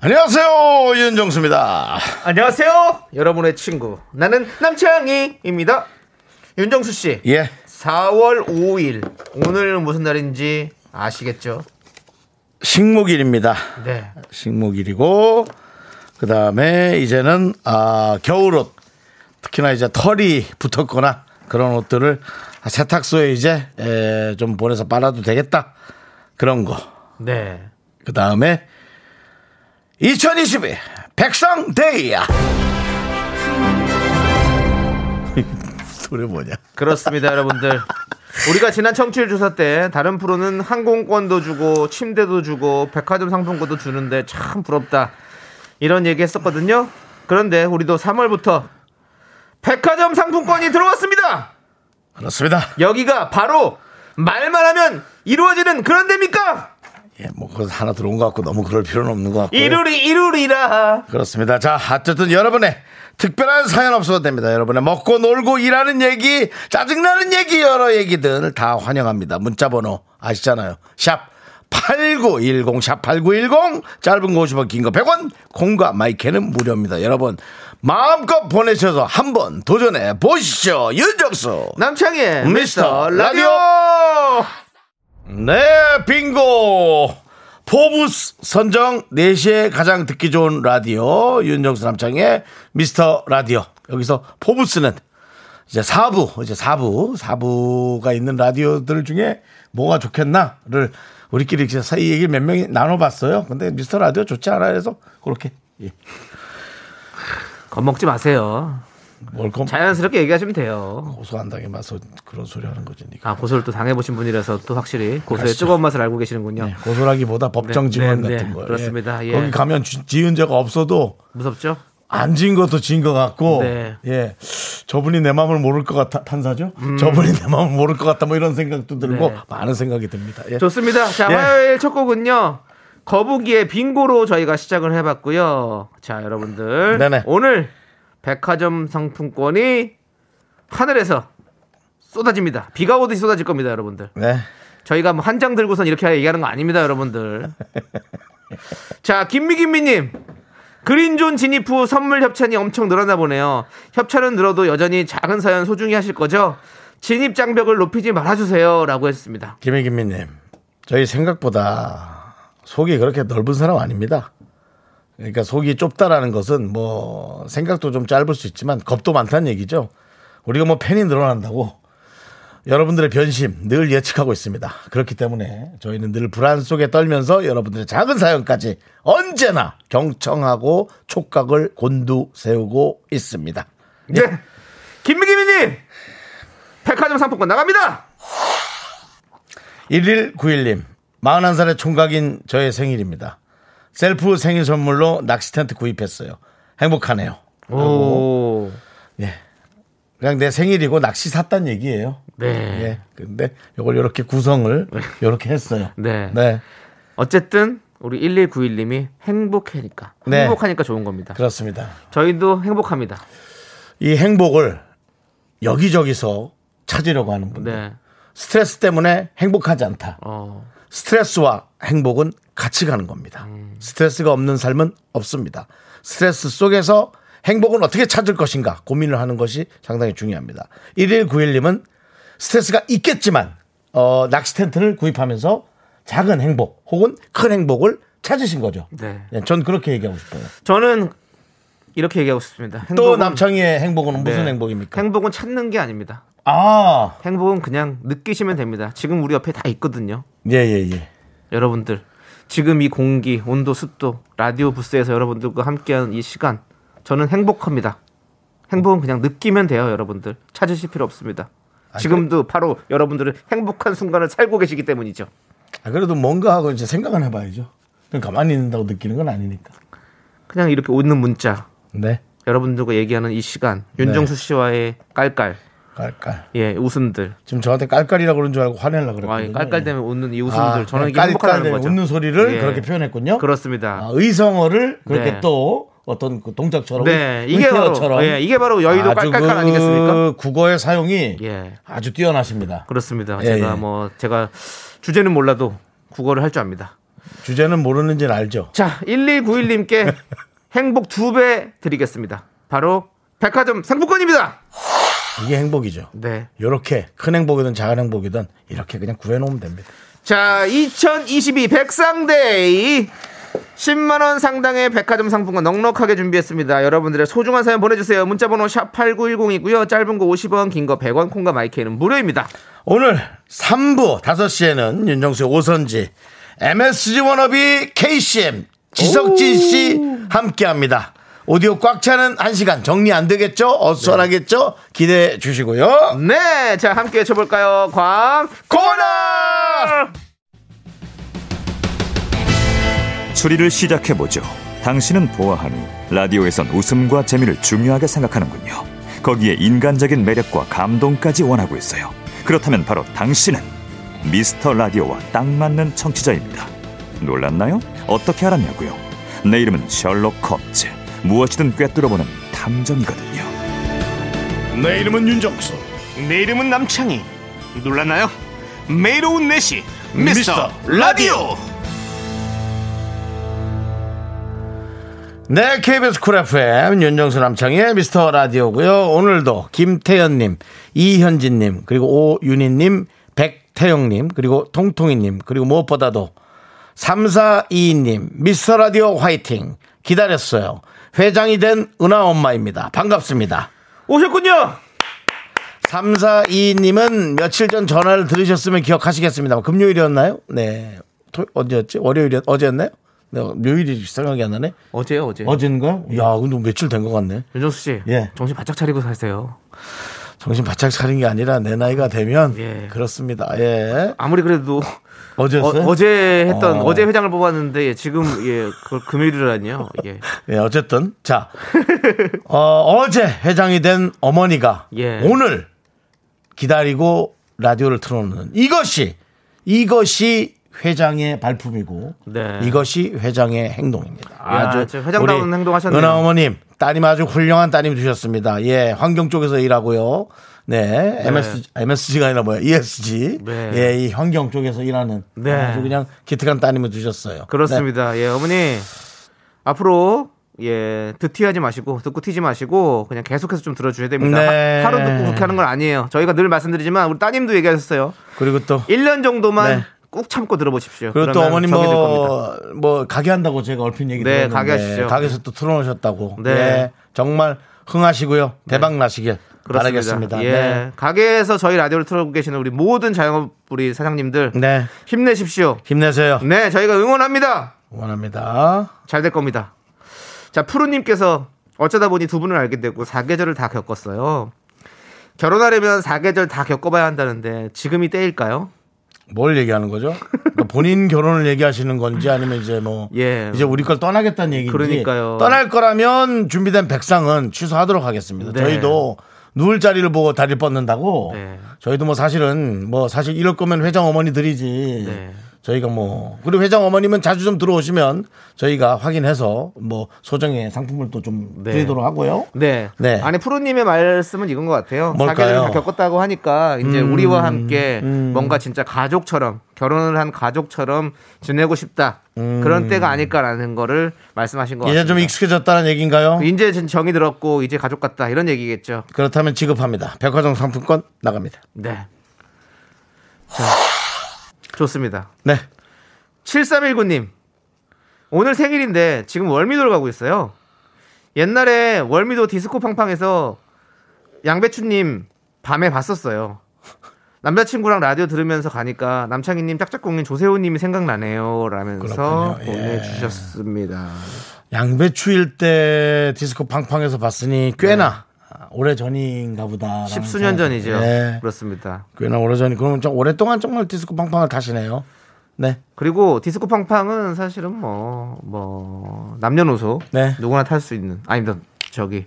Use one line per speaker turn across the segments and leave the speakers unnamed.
안녕하세요 윤정수입니다.
안녕하세요. 여러분의 친구. 나는 남창희입니다. 윤정수 씨.
예
4월 5일. 오늘 무슨 날인지 아시겠죠?
식목일입니다.
네.
식목일이고 그 다음에 이제는 아, 겨울옷 특히나 이제 털이 붙었거나 그런 옷들을 세탁소에 이제 에, 좀 보내서 빨아도 되겠다 그런 거
네.
그 다음에 2022 백성데이야. 소리 뭐냐?
그렇습니다, 여러분들. 우리가 지난 청취율 조사 때 다른 프로는 항공권도 주고 침대도 주고 백화점 상품권도 주는데 참 부럽다. 이런 얘기 했었거든요. 그런데 우리도 3월부터 백화점 상품권이 들어왔습니다.
그렇습니다.
여기가 바로 말만 하면 이루어지는 그런 데입니까?
예, 뭐 그것 하나 들어온 것 같고 너무 그럴 필요는 없는 것 같고.
이루리 이루리라.
그렇습니다. 자, 어쨌든 여러분의 특별한 사연 없어도 됩니다. 여러분의 먹고 놀고 일하는 얘기, 짜증나는 얘기, 여러 얘기들 다 환영합니다. 문자번호 아시잖아요. 샵 8910, 샵 8910, 짧은 거 50원, 긴 거 100원, 콩과 마이크는 무료입니다. 여러분, 마음껏 보내셔서 한번 도전해 보시죠. 윤정수.
남창희의
미스터
미스터 라디오.
네, 빙고! 포브스 선정 4시에 가장 듣기 좋은 라디오, 윤정수 남창의 미스터 라디오. 여기서 포브스는 이제 4부, 이제 4부, 4부가 있는 라디오들 중에 뭐가 좋겠나를 우리끼리 이제 이 얘기를 몇 명이 나눠봤어요. 근데 미스터 라디오 좋지 않아 해서 그렇게. 예.
겁먹지 마세요.
뭘컴
자연스럽게 얘기하시면 돼요.
고소 안 당해 봐서 그런 소리 하는 거지. 니까
아 고소를 또 당해보신 분이라서 또 확실히 고소의 뜨거운 맛을 알고 계시는군요.
고소라기보다 법정
네,
증언
네,
같은
네.
거.
그렇습니다. 예.
거기 가면 지- 지은 죄가 없어도
무섭죠?
안 진 것도 진 것 같고,
네.
예. 저분이 내 마음을 모를 것 같아, 탄사죠? 저분이 내 마음을 모를 것 같다, 뭐 이런 생각도 들고,
네.
많은 생각이 듭니다. 예.
좋습니다. 자
예.
화요일 첫 곡은요. 거북이의 빙고로 저희가 시작을 해봤고요. 자 여러분들
네네.
오늘 백화점 상품권이 하늘에서 쏟아집니다. 비가 오듯이 쏟아질 겁니다, 여러분들.
네.
저희가 뭐 한 장 들고선 이렇게 얘기하는 거 아닙니다, 여러분들. 자, 김미김미님. 그린존 진입 후 선물 협찬이 엄청 늘었나 보네요. 협찬은 늘어도 여전히 작은 사연 소중히 하실 거죠? 진입 장벽을 높이지 말아주세요. 라고 했습니다.
김혜김미님, 저희 생각보다 속이 그렇게 넓은 사람 아닙니다. 그러니까 속이 좁다라는 것은 뭐, 생각도 좀 짧을 수 있지만, 겁도 많다는 얘기죠. 우리가 뭐 팬이 늘어난다고, 여러분들의 변심 늘 예측하고 있습니다. 그렇기 때문에 저희는 늘 불안 속에 떨면서 여러분들의 작은 사연까지 언제나 경청하고 촉각을 곤두 세우고 있습니다.
네. 김미김미님! 백화점 상품권 나갑니다!
1191님, 41살의 총각인 저의 생일입니다. 셀프 생일 선물로 낚시 텐트 구입했어요. 행복하네요.
오.
그냥 내 생일이고 낚시 샀단 얘기예요.
네.
예. 근데 요걸 이렇게 구성을 이렇게 했어요.
네.
네.
어쨌든, 우리 1191님이 행복하니까.
네.
행복하니까 좋은 겁니다.
그렇습니다.
저희도 행복합니다.
이 행복을 여기저기서 찾으려고 하는 분들.
네.
스트레스 때문에 행복하지 않다.
어.
스트레스와 행복은 같이 가는 겁니다. 스트레스가 없는 삶은 없습니다. 스트레스 속에서 행복은 어떻게 찾을 것인가 고민을 하는 것이 상당히 중요합니다. 1191님은 스트레스가 있겠지만 어, 낚시 텐트를 구입하면서 작은 행복 혹은 큰 행복을 찾으신 거죠.
네.
예, 전 그렇게 얘기하고 싶어요.
저는 이렇게 얘기하고 싶습니다.
또
행복은-
남창희의 행복은 무슨
네.
행복입니까?
행복은 찾는 게 아닙니다.
아,
행복은 그냥 느끼시면 됩니다. 지금 우리 옆에 다 있거든요.
예, 예, 예.
여러분들. 지금 이 공기, 온도, 습도, 라디오 부스에서 여러분들과 함께하는 이 시간. 저는 행복합니다. 행복은 그냥 느끼면 돼요, 여러분들. 찾으실 필요 없습니다.
아,
지금도 바로 여러분들은 행복한 순간을 살고 계시기 때문이죠.
그러니까 아, 그래도 뭔가 하고 이제 생각은 해봐야죠. 그냥 가만히 있는다고 느끼는 건 아니니까.
그냥 이렇게 웃는 문자.
네.
여러분들과 얘기하는 이 시간. 윤정수 씨와의 깔깔.
깔깔.
예, 웃음들.
지금 저한테 깔깔이라고 그런 줄 알고 화내려고
와, 이
그랬거든요.
아, 깔깔 때문에 웃는 이 웃음들.
아,
저는 이게
깔깔
행복하다는
때문에
거죠.
웃는 소리를
예.
그렇게 표현했군요.
그렇습니다.
아, 의성어를 그렇게
네.
또 어떤 그 동작처럼
네, 이게
의태어처럼
바로, 예, 이게 바로 여의도
아주
깔깔깔
그
아니겠습니까?
국어의 사용이
예.
아주 뛰어나십니다.
그렇습니다.
예,
제가
예.
뭐 제가 주제는 몰라도 국어를 할 줄 압니다.
주제는 모르는지는 알죠.
자, 1191님께 행복 두 배 드리겠습니다. 바로 백화점 상품권입니다.
이게 행복이죠.
네.
이렇게 큰 행복이든 작은 행복이든 이렇게 그냥 구해놓으면 됩니다.
자, 2022 백상데이 10만 원 상당의 백화점 상품권 넉넉하게 준비했습니다. 여러분들의 소중한 사연 보내 주세요. 문자 번호 샵 8910이고요. 짧은 거 50원, 긴 거 100원, 콩과 마이크는 무료입니다.
오늘 3부 5시에는 윤정수의 오선지 MSG 워너비 KCM 지석진 씨 함께합니다. 오디오 꽉 차는 1시간 정리 안 되겠죠? 어수선하겠죠? 기대해 주시고요.
네, 자 함께 쳐 볼까요? 광
코너!
추리를 시작해보죠. 당신은 보아하니 라디오에선 웃음과 재미를 중요하게 생각하는군요. 거기에 인간적인 매력과 감동까지 원하고 있어요. 그렇다면 바로 당신은 미스터 라디오와 딱 맞는 청취자입니다. 놀랐나요? 어떻게 알았냐고요? 내 이름은 셜록 홈즈. 무엇이든 꿰뚫어보는 탐정이거든요.
내 이름은 윤정수.
내 이름은 남창희. 놀랐나요? 매일 오후 4시 미스터
라디오. 네, KBS 쿨 FM 윤정수 남창의 미스터 라디오고요. 오늘도 김태현님, 이현진님, 그리고 오윤희님, 백태영님, 그리고 통통이님, 그리고 무엇보다도 3422님, 미스터 라디오 화이팅 기다렸어요. 회장이 된 은하 엄마입니다. 반갑습니다.
오셨군요.
3422님은 며칠 전 전화를 들으셨으면 기억하시겠습니다. 금요일이었나요? 네. 토- 언제였지? 월요일이었, 어제였나요? 네, 요일이 생각이 안 나네.
어제요, 어제.
어젠가? 야, 근데 며칠 된 것 같네.
윤정수 씨,
예.
정신 바짝 차리고 사세요.
정신 바짝 차린 게 아니라 내 나이가 되면
예.
그렇습니다. 예.
아무리 그래도 어,
어제였어요?
어제 했던
어.
어. 제 회장을 뽑았는데 예, 지금 예, 그 금요일이라니요. 예.
예, 어쨌든 자. 어, 제 회장이 된 어머니가
예.
오늘 기다리고 라디오를 틀어놓는 이것이 이것이 회장의 발품이고
네.
이것이 회장의 행동입니다.
진짜 회장다운
우리
행동하셨네요.
은하 어머님 따님 아주 훌륭한 따님 두셨습니다. 예, 환경 쪽에서 일하고요. 네, MS, MSG가 아니라 뭐야, ESG.
네.
예, 이 환경 쪽에서 일하는
네.
아주 그냥 기특한 따님을 두셨어요.
그렇습니다.
네.
예, 어머니 앞으로 예, 듣티하지 마시고 듣고 튀지 마시고 그냥 계속해서 좀 들어줘야 됩니다.
네.
하- 하루 듣고 그렇게 하는 건 아니에요. 저희가 늘 말씀드리지만 우리 따님도 얘기하셨어요.
네. 그리고 또
1년 정도만
네.
꾹 참고 들어보십시오.
그리고 또
그러면
어머님
적이 될 겁니다.
뭐, 뭐 가게 한다고 제가 얼핏 얘기
네,
드렸는데
가게 하시죠.
가게에서 또 틀어놓으셨다고.
네.
네. 정말 흥하시고요. 대박 나시길 바라겠습니다.
예.
네.
가게에서 저희 라디오를 틀어보고 계시는 우리 모든 자영업 우리 사장님들
네.
힘내십시오.
힘내세요.
네, 저희가 응원합니다.
응원합니다.
잘 될 겁니다. 자, 푸르님께서 어쩌다 보니 두 분을 알게 되고 사계절을 다 겪었어요. 결혼하려면 사계절 다 겪어봐야 한다는데 지금이 때일까요?
뭘 얘기하는 거죠? 그러니까 본인 결혼을 얘기하시는 건지 아니면 이제 뭐
예.
이제 우리 걸 떠나겠다는 얘기인지
그러니까요.
떠날 거라면 준비된 백상은 취소하도록 하겠습니다.
네.
저희도 누울 자리를 보고 다리 를 뻗는다고
네.
저희도 뭐 사실은 뭐 사실 이럴 거면 회장 어머니들이지
네.
저희가 뭐 그리고 회장 어머님은 자주 좀 들어오시면 저희가 확인해서 뭐 소정의 상품을 또 좀
네.
드리도록 하고요.
네.
네.
아니 푸르님의 말씀은 이건 것 같아요.
뭘까요? 음,
사계절을 다 겪었다고 하니까 이제 우리와 함께 뭔가 진짜 가족처럼 결혼을 한 가족처럼 지내고 싶다 그런 때가 아닐까라는 거를 말씀하신 것
음. 이제 좀
같습니다.
익숙해졌다는 얘기인가요?
이제 진- 정이 들었고 이제 가족 같다 이런 얘기겠죠.
그렇다면 지급합니다. 백화점 상품권 나갑니다.
네. 자, 좋습니다.
네.
7319님. 오늘 생일인데 지금 월미도를 가고 있어요. 옛날에 월미도 디스코 팡팡에서 양배추님 밤에 봤었어요. 남자친구랑 라디오 들으면서 가니까 남창희님, 짝짝꿍님, 조세호님이 생각나네요. 라면서
그렇군요. 예.
보내주셨습니다.
양배추일 때 디스코 팡팡에서 봤으니 꽤나 오래 전인가 보다.
네. 십수년 전이죠.
예.
그렇습니다.
꽤나 오래 전이 그러면 좀 오랫동안 정말 디스코 팡팡을 타시네요. 네.
그리고 디스코팡팡은 사실은 뭐, 뭐, 남녀노소.
네.
누구나 탈 수 있는. 아닙니다. 저기,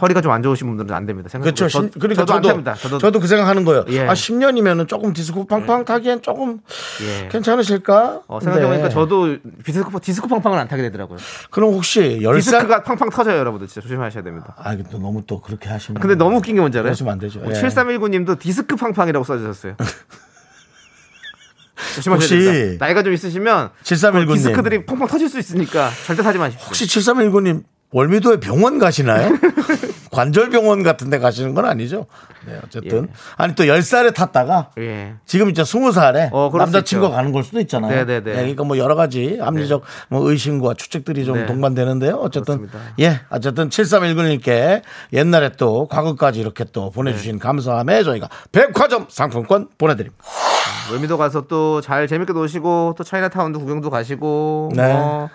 허리가 좀 안 좋으신 분들은 안 됩니다. 생각보다.
그렇죠.
저-
십- 그러니까
저도 안
저도
됩니다. 저도,
저도 그 생각하는 거예요.
예.
아 10년이면은 조금 디스코 팡팡 타기엔 조금
예.
괜찮으실까?
어, 생각해보니까
근데
저도 디스코, 디스코팡팡을 안 타게 되더라고요.
그럼 혹시 열살
디스크가 팡팡 터져요, 여러분들. 진짜 조심하셔야 됩니다.
아, 이게 또 너무 또 그렇게 하시면
근데 너무 웃긴 게 뭔지 알아요?
그러시면 안 되죠. 예.
7319님도 디스크 팡팡이라고 써주셨어요. 조심하셔야
혹시-
됩니다. 나이가 좀 있으시면 그
7319 님.
디스크들이 펑펑 터질 수 있으니까 절대 타지 마십시오.
혹시 7319님 월미도에 병원 가시나요? 관절 병원 같은 데 가시는 건 아니죠? 네, 어쨌든.
예.
아니 또 10살에 탔다가
예.
지금 이제 스무 살에
어, 그럴 수
남자친구가
있죠.
가는 걸 수도 있잖아요.
네네네.
네, 그러니까 뭐 여러 가지 합리적 뭐 의심과 추측들이 좀
네.
동반되는데요. 어쨌든
그렇습니다.
예, 어쨌든 7319님께 옛날에 또 과거까지 이렇게 또 보내주신
네.
감사함에 저희가 백화점 상품권 보내드립니다.
월미도 가서 또 잘 재밌게 노시고 또 차이나타운도 구경도 가시고
네.
뭐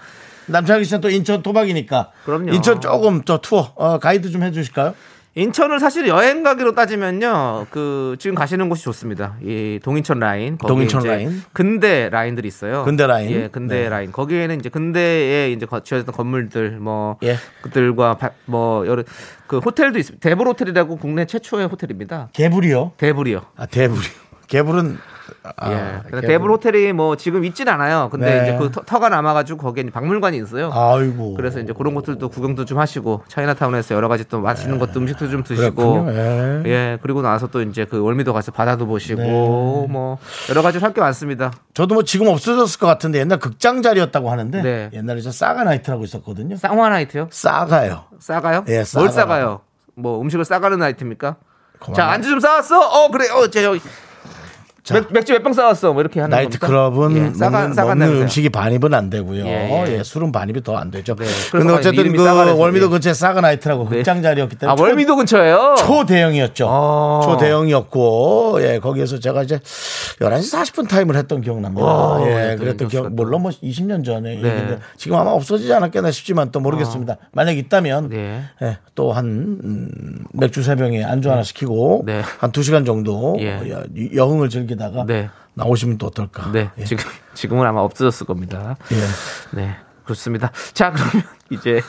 남창희 씨는 또 인천 토박이니까
그럼요.
인천 조금 저 투어 어, 가이드 좀 해주실까요?
인천을 사실 여행 가기로 따지면요 그 지금 가시는 곳이 좋습니다 이 동인천 라인 거기에
동인천
이제
라인.
근대 라인들이 있어요
근대 라인.
예 근대
네.
라인 거기에는 이제 근대에 이제 거- 지어졌던 건물들 뭐
예.
그들과 바- 뭐 여러 그 호텔도 있습니다 대불 호텔이라고 국내 최초의 호텔입니다
개불이요.
대불이요
아 대불이요. 개불은 아,
예. 근데 대불 호텔이 뭐 지금 있진 않아요. 근데
네.
이제 그 터, 가 남아가지고 거기에 이제 박물관이 있어요.
아이고.
그래서 이제 그런 것들도 구경도 좀 하시고 차이나타운에서 여러 가지 또 맛있는 것도 음식도 좀 드시고
예. 그렇군요. 예.
그리고 나서 또 이제 그 월미도 가서 바다도 보시고
네.
뭐 여러 가지 할 게 많습니다.
저도 뭐 지금 없어졌을 것 같은데 옛날 극장 자리였다고 하는데
네.
옛날에 저 싸가 나이트라고 있었거든요.
쌍화나이트요?
싸가요.
싸가요?
예,
뭘
싸가요.
싸가요? 뭐 음식을 싸가는 나이트입니까?
고마워요.
자 안주 좀 싸왔어? 어 그래 어제 여기
자.
맥, 맥주 몇 병 싸왔어? 뭐 이렇게 하는
나이트
겁니까?
클럽은
예,
먹는,
싸가- 싸간
먹는
나이트요.
음식이 반입은 안 되고요.
예, 예.
예, 술은 반입이 더 안 되죠. 근데
그래서 아,
어쨌든
이름이
그
싸가라서,
월미도
예.
근처에 싸가 나이트라고
네.
극장 자리였기
아
때문에 초-
월미도 근처예요?
초대형이었죠.
아.
초대형이었고, 예, 거기에서 제가 이제 11시 40분 타임을 했던 기억납니다.
와,
예,
예,
그랬던 기억,
그랬었다.
물론 뭐 20년
네.
전에. 얘기인데 지금 아마 없어지지 않았겠나 싶지만 또 모르겠습니다. 만약 있다면,
아. 네.
예, 또 한 음, 맥주 세병에 안주 하나 시키고,
네.
한 2시간 정도 어,
예.
여- 여흥을 즐기다가
네.
나오시면 또 어떨까.
네,
예.
지금 지금은 아마 없어졌을 겁니다.
예.
네, 그렇습니다. 자, 그러면 이제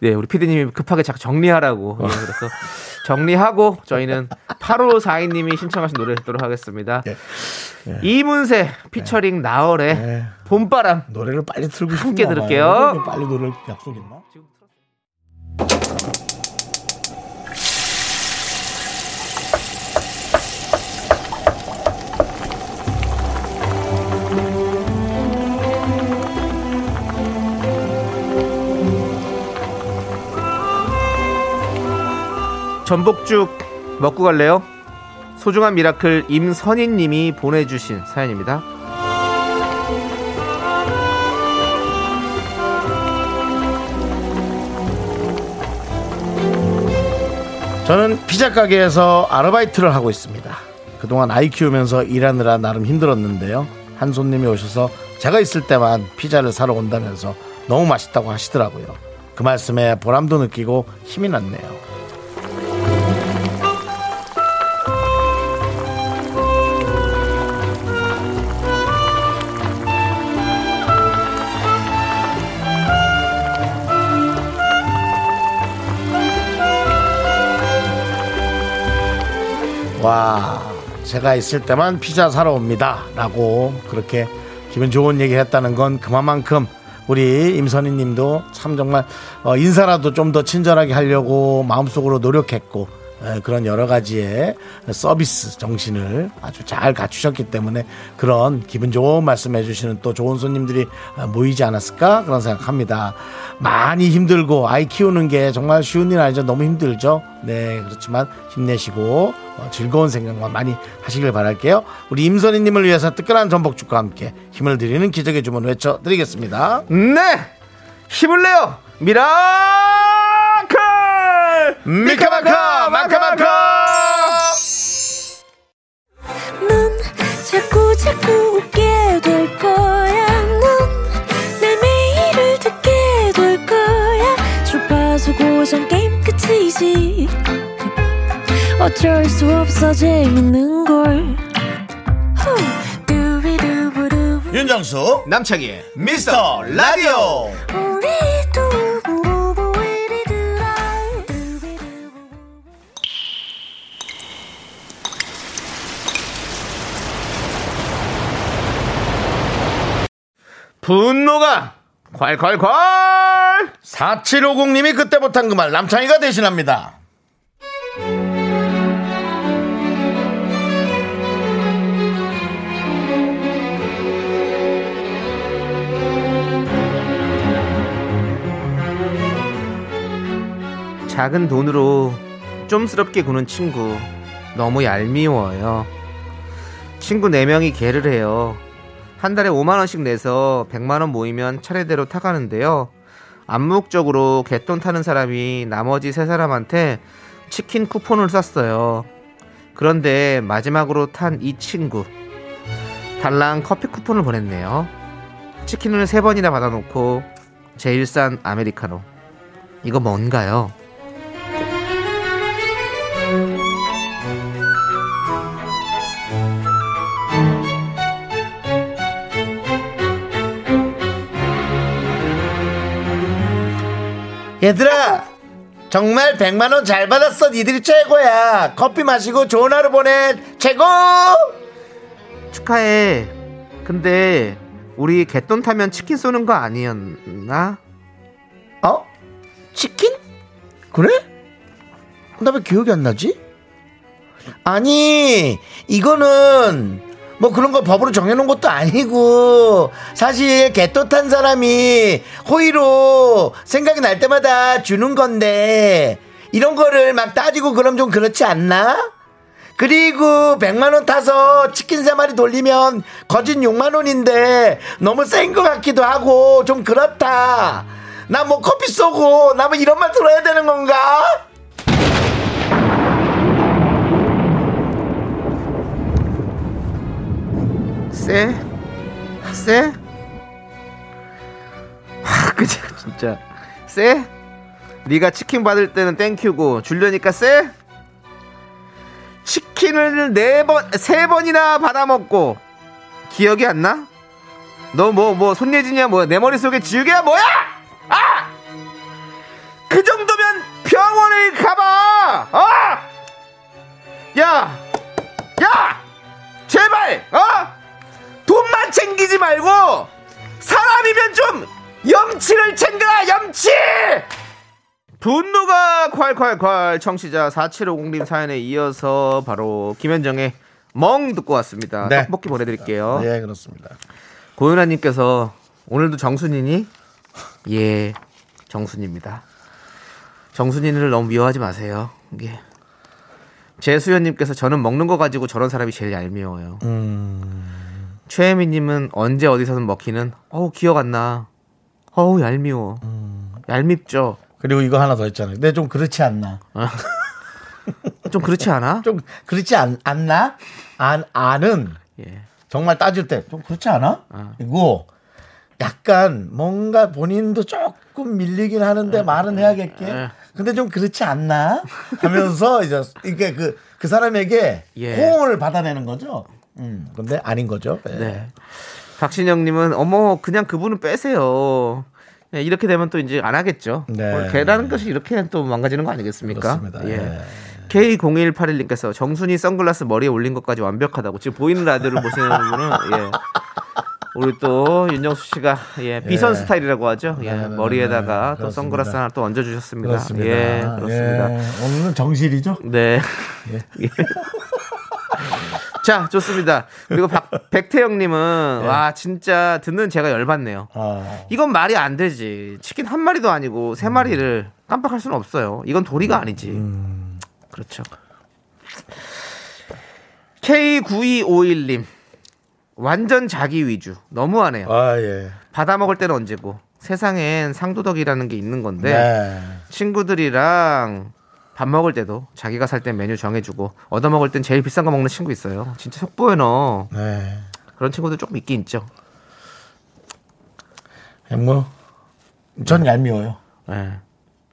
네, 우리 피디님이 급하게 자 정리하라고. 예, 그래서 정리하고 저희는 8542님이 신청하신 노래 듣도록 하겠습니다.
예.
이문세 피처링 나얼의
예.
봄바람.
노래를 빨리 틀고 싶나
함께
봐요.
들을게요.
빨리 노래를 약속했나?
전복죽 먹고 갈래요? 소중한 미라클 임선희님이 보내주신 사연입니다.
저는 피자 가게에서 아르바이트를 하고 있습니다. 그동안 아이 키우면서 일하느라 나름 힘들었는데요. 한 손님이 오셔서 제가 있을 때만 피자를 사러 온다면서 너무 맛있다고 하시더라고요. 그 말씀에 보람도 느끼고 힘이 났네요. 와 제가 있을 때만 피자 사러 옵니다 라고 그렇게 기분 좋은 얘기를 했다는 건 그만큼 우리 임선희 님도 참 정말 어, 인사라도 좀 더 친절하게 하려고 마음속으로 노력했고 에, 그런 여러 가지의 서비스 정신을 아주 잘 갖추셨기 때문에 그런 기분 좋은 말씀 해주시는 또 좋은 손님들이 어, 모이지 않았을까 그런 생각합니다. 많이 힘들고 아이 키우는 게 정말 쉬운 일 아니죠. 너무 힘들죠. 네 그렇지만 힘내시고 어, 즐거운 생각만 많이 하시길 바랄게요. 우리 임선희님을 위해서 뜨끈한 전복죽과 함께 힘을 드리는 기적의 주문 외쳐드리겠습니다.
네! 힘을 내요! 미라클!
미카마카 마카마카
넌 자꾸 자꾸 웃게 될 거야. 넌내 매일을 듣게 될 거야. 주파수 고정 게임 끝이지. 어쩔 수 없어 재밌는 걸. 후.
윤정수
남창희의
미스터 라디오
분노가 콸콸콸
4750님이 그때 못한 그 말 남창희가 대신합니다.
작은 돈으로 좀스럽게 구는 친구 너무 얄미워요 친구 4명이 개를 해요 한 달에 5만원씩 내서 100만원 모이면 차례대로 타가는데요 암묵적으로 개돈 타는 사람이 나머지 세 사람한테 치킨 쿠폰을 쐈어요 그런데 마지막으로 탄 이 친구 달랑 커피 쿠폰을 보냈네요 치킨을 세번이나 받아놓고 제일 싼 아메리카노 이거 뭔가요?
얘들아 정말 100만 원 잘 받았어. 니들이 최고야. 커피 마시고 좋은 하루 보내. 최고.
축하해. 근데 우리 개똥 타면 치킨 쏘는 거 아니었나?
어? 치킨? 그래? 어, 나 왜 기억이 안 나지? 아니 이거는 뭐 그런 거 법으로 정해놓은 것도 아니고 사실 개또탄 사람이 호의로 생각이 날 때마다 주는 건데 이런 거를 막 따지고 그럼 좀 그렇지 않나? 그리고 100만 원 타서 치킨 세 마리 돌리면 거진 6만 원인데 너무 센 것 같기도 하고 좀 그렇다. 나 뭐 커피 쏘고 나 뭐 이런 말 들어야 되는 건가?
쎄? 쎄? 하, 그치 진짜 쎄? 네가 치킨 받을 때는 땡큐고 줄려니까 쎄? 치킨을 네 번, 세 번이나 받아먹고 기억이 안 나? 너 뭐 뭐 손예진이야 뭐야 내 머릿속에 지우개야 뭐야? 아! 그 정도면 병원을 가봐! 어? 야! 야! 제발! 어? 돈만 챙기지 말고 사람이면 좀 염치를 챙겨라 염치 분노가 콸콸콸 청취자 4750님 사연에 이어서 바로 김현정의 멍 듣고 왔습니다
네.
떡볶이 보내드릴게요
예, 그렇습니다.
고은아님께서 오늘도 정순이니? 예, 정순입니다. 정순이를 너무 미워하지 마세요. 예. 제수연님께서 저는 먹는 거 가지고 저런 사람이 제일 얄미워요. 최혜미님은 언제 어디서든 먹히는 어우 기억 안 나. 어우 얄미워. 얄밉죠.
그리고 이거 하나 더 했잖아요. 근데 좀 그렇지 않나?
좀 그렇지 않아?
좀 그렇지 않, 않나? 안, 안은
예.
정말 따질 때 좀 그렇지 않아? 이거 약간 뭔가 본인도 조금 밀리긴
아,
하는데
네.
말은 해야겠게. 근데 좀 그렇지 않나? 하면서 이제 이게 그, 그 사람에게
예.
호응을 받아내는 거죠. 음, 근데 아닌 거죠. 예.
네. 박신영님은 어머 그냥 그분은 빼세요. 네, 이렇게 되면 또 이제 안 하겠죠.
네.
뭘 개라는 것이 이렇게 또 망가지는 거 아니겠습니까?
그렇습니다. 예.
K0181님께서 정순이 선글라스 머리에 올린 것까지 완벽하다고 지금 보이는 라디오를 보시는 분은 예. 우리 또 윤정수 씨가 예, 비선 스타일이라고 하죠. 예,
네, 네,
머리에다가
네.
또 선글라스
그렇습니다.
하나 또 얹어 주셨습니다.
그렇습니다.
예, 그렇습니다.
예, 오늘은 정실이죠?
네. 예. 자, 좋습니다. 그리고 박, 백태영님은
예.
와 진짜 듣는 제가 열받네요.
아,
이건 말이 안 되지. 치킨 한 마리도 아니고 세
음.
마리를 깜빡할 수는 없어요. 이건 도리가 아니지. 그렇죠. K9251님 완전 자기 위주 너무하네요.
아 예.
받아 먹을 때는 언제고 세상엔 상도덕이라는 게 있는 건데
네.
친구들이랑 밥 먹을 때도 자기가 살 땐 메뉴 정해주고 얻어 먹을 땐 제일 비싼 거 먹는 친구 있어요. 진짜 속보여너
네.
그런 친구들 조금 있긴 있죠.
그냥 뭐, 전 얄미워요.
예,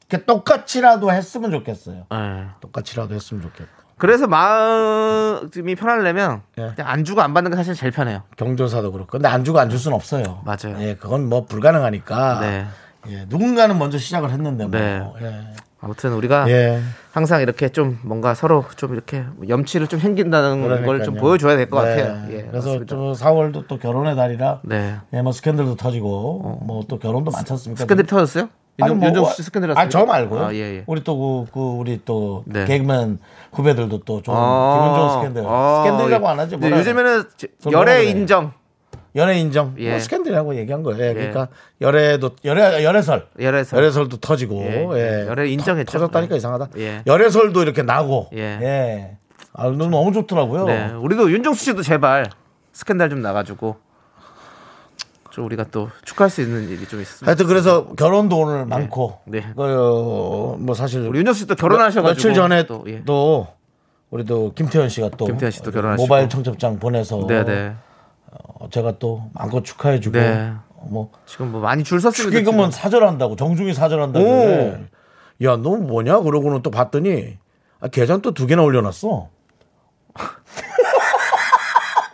이렇게 똑같이라도 했으면 좋겠어요.
예.
똑같이라도 했으면 좋겠고.
그래서 마음이 편하려면
예.
그냥 안 주고 안 받는 게 사실 제일 편해요.
경조사도 그렇고 근데 안 주고 안 줄 수는 없어요.
맞아요.
예, 그건 뭐 불가능하니까.
네.
예, 누군가는 먼저 시작을 했는데 뭐.
네.
예.
아무튼 우리가
예.
항상 이렇게 좀 뭔가 서로 좀 이렇게 염치를 좀 생긴다는 걸 음, 좀
그러니까요.
보여줘야 될 것
네.
같아요. 예,
그래서
맞습니다.
좀 4월도 또 결혼의 달이라
네. 어.
예, 뭐 스캔들도 터지고 뭐 또 결혼도 많지 않습니까? 뭐
스캔들 터졌어요? 윤정- 윤정수 씨 스캔들 났어요?
아니, 저 말고요.
아, 예, 예.
우리 또 그, 그 우리 또
네.
개그맨 후배들도 또 좀
아.
기분 좋은 어, 스캔들.
아,
스캔들이라고
예.
안 하죠.
근데
뭐라
요즘에는 저-
뭐라
열애
그래요?
인정,
연애 인정.
예.
뭐 스캔들이라고 얘기한 거예요. 예, 그러니까 열애도 열애 열애설.
열애설.
열애설도 터지고
예,
예.
예. 열애 인정했죠.
터, 졌다니까
예.
이상하다.
예.
열애설도 이렇게 나고.
예.
예. 아, 너무 너무 좋더라고요.
네, 우리도 윤정수 씨도 제발 스캔들 좀 나가지고 좀 우리가 또 축하할 수 있는 일이 좀 있습니다.
하여튼 그래서 결혼도 오늘 많고.
네.
그, 어, 뭐 사실
우리 윤정수 씨도 결혼하셔가지고
며칠 전에
또,
또,
예.
우리 또 김태현 씨가 또
김태현 씨도 결혼하시고.
모바일 청첩장 보내서
네, 네.
어, 제가 또 마음껏 축하해주고
네.
어, 뭐
지금 뭐 많이 줄 섰습니다.
축의금은 사절한다고 정중히 사절한다고
오.
야 너 뭐냐 그러고는 또 봤더니 아, 계좌 또 두 개나 올려놨어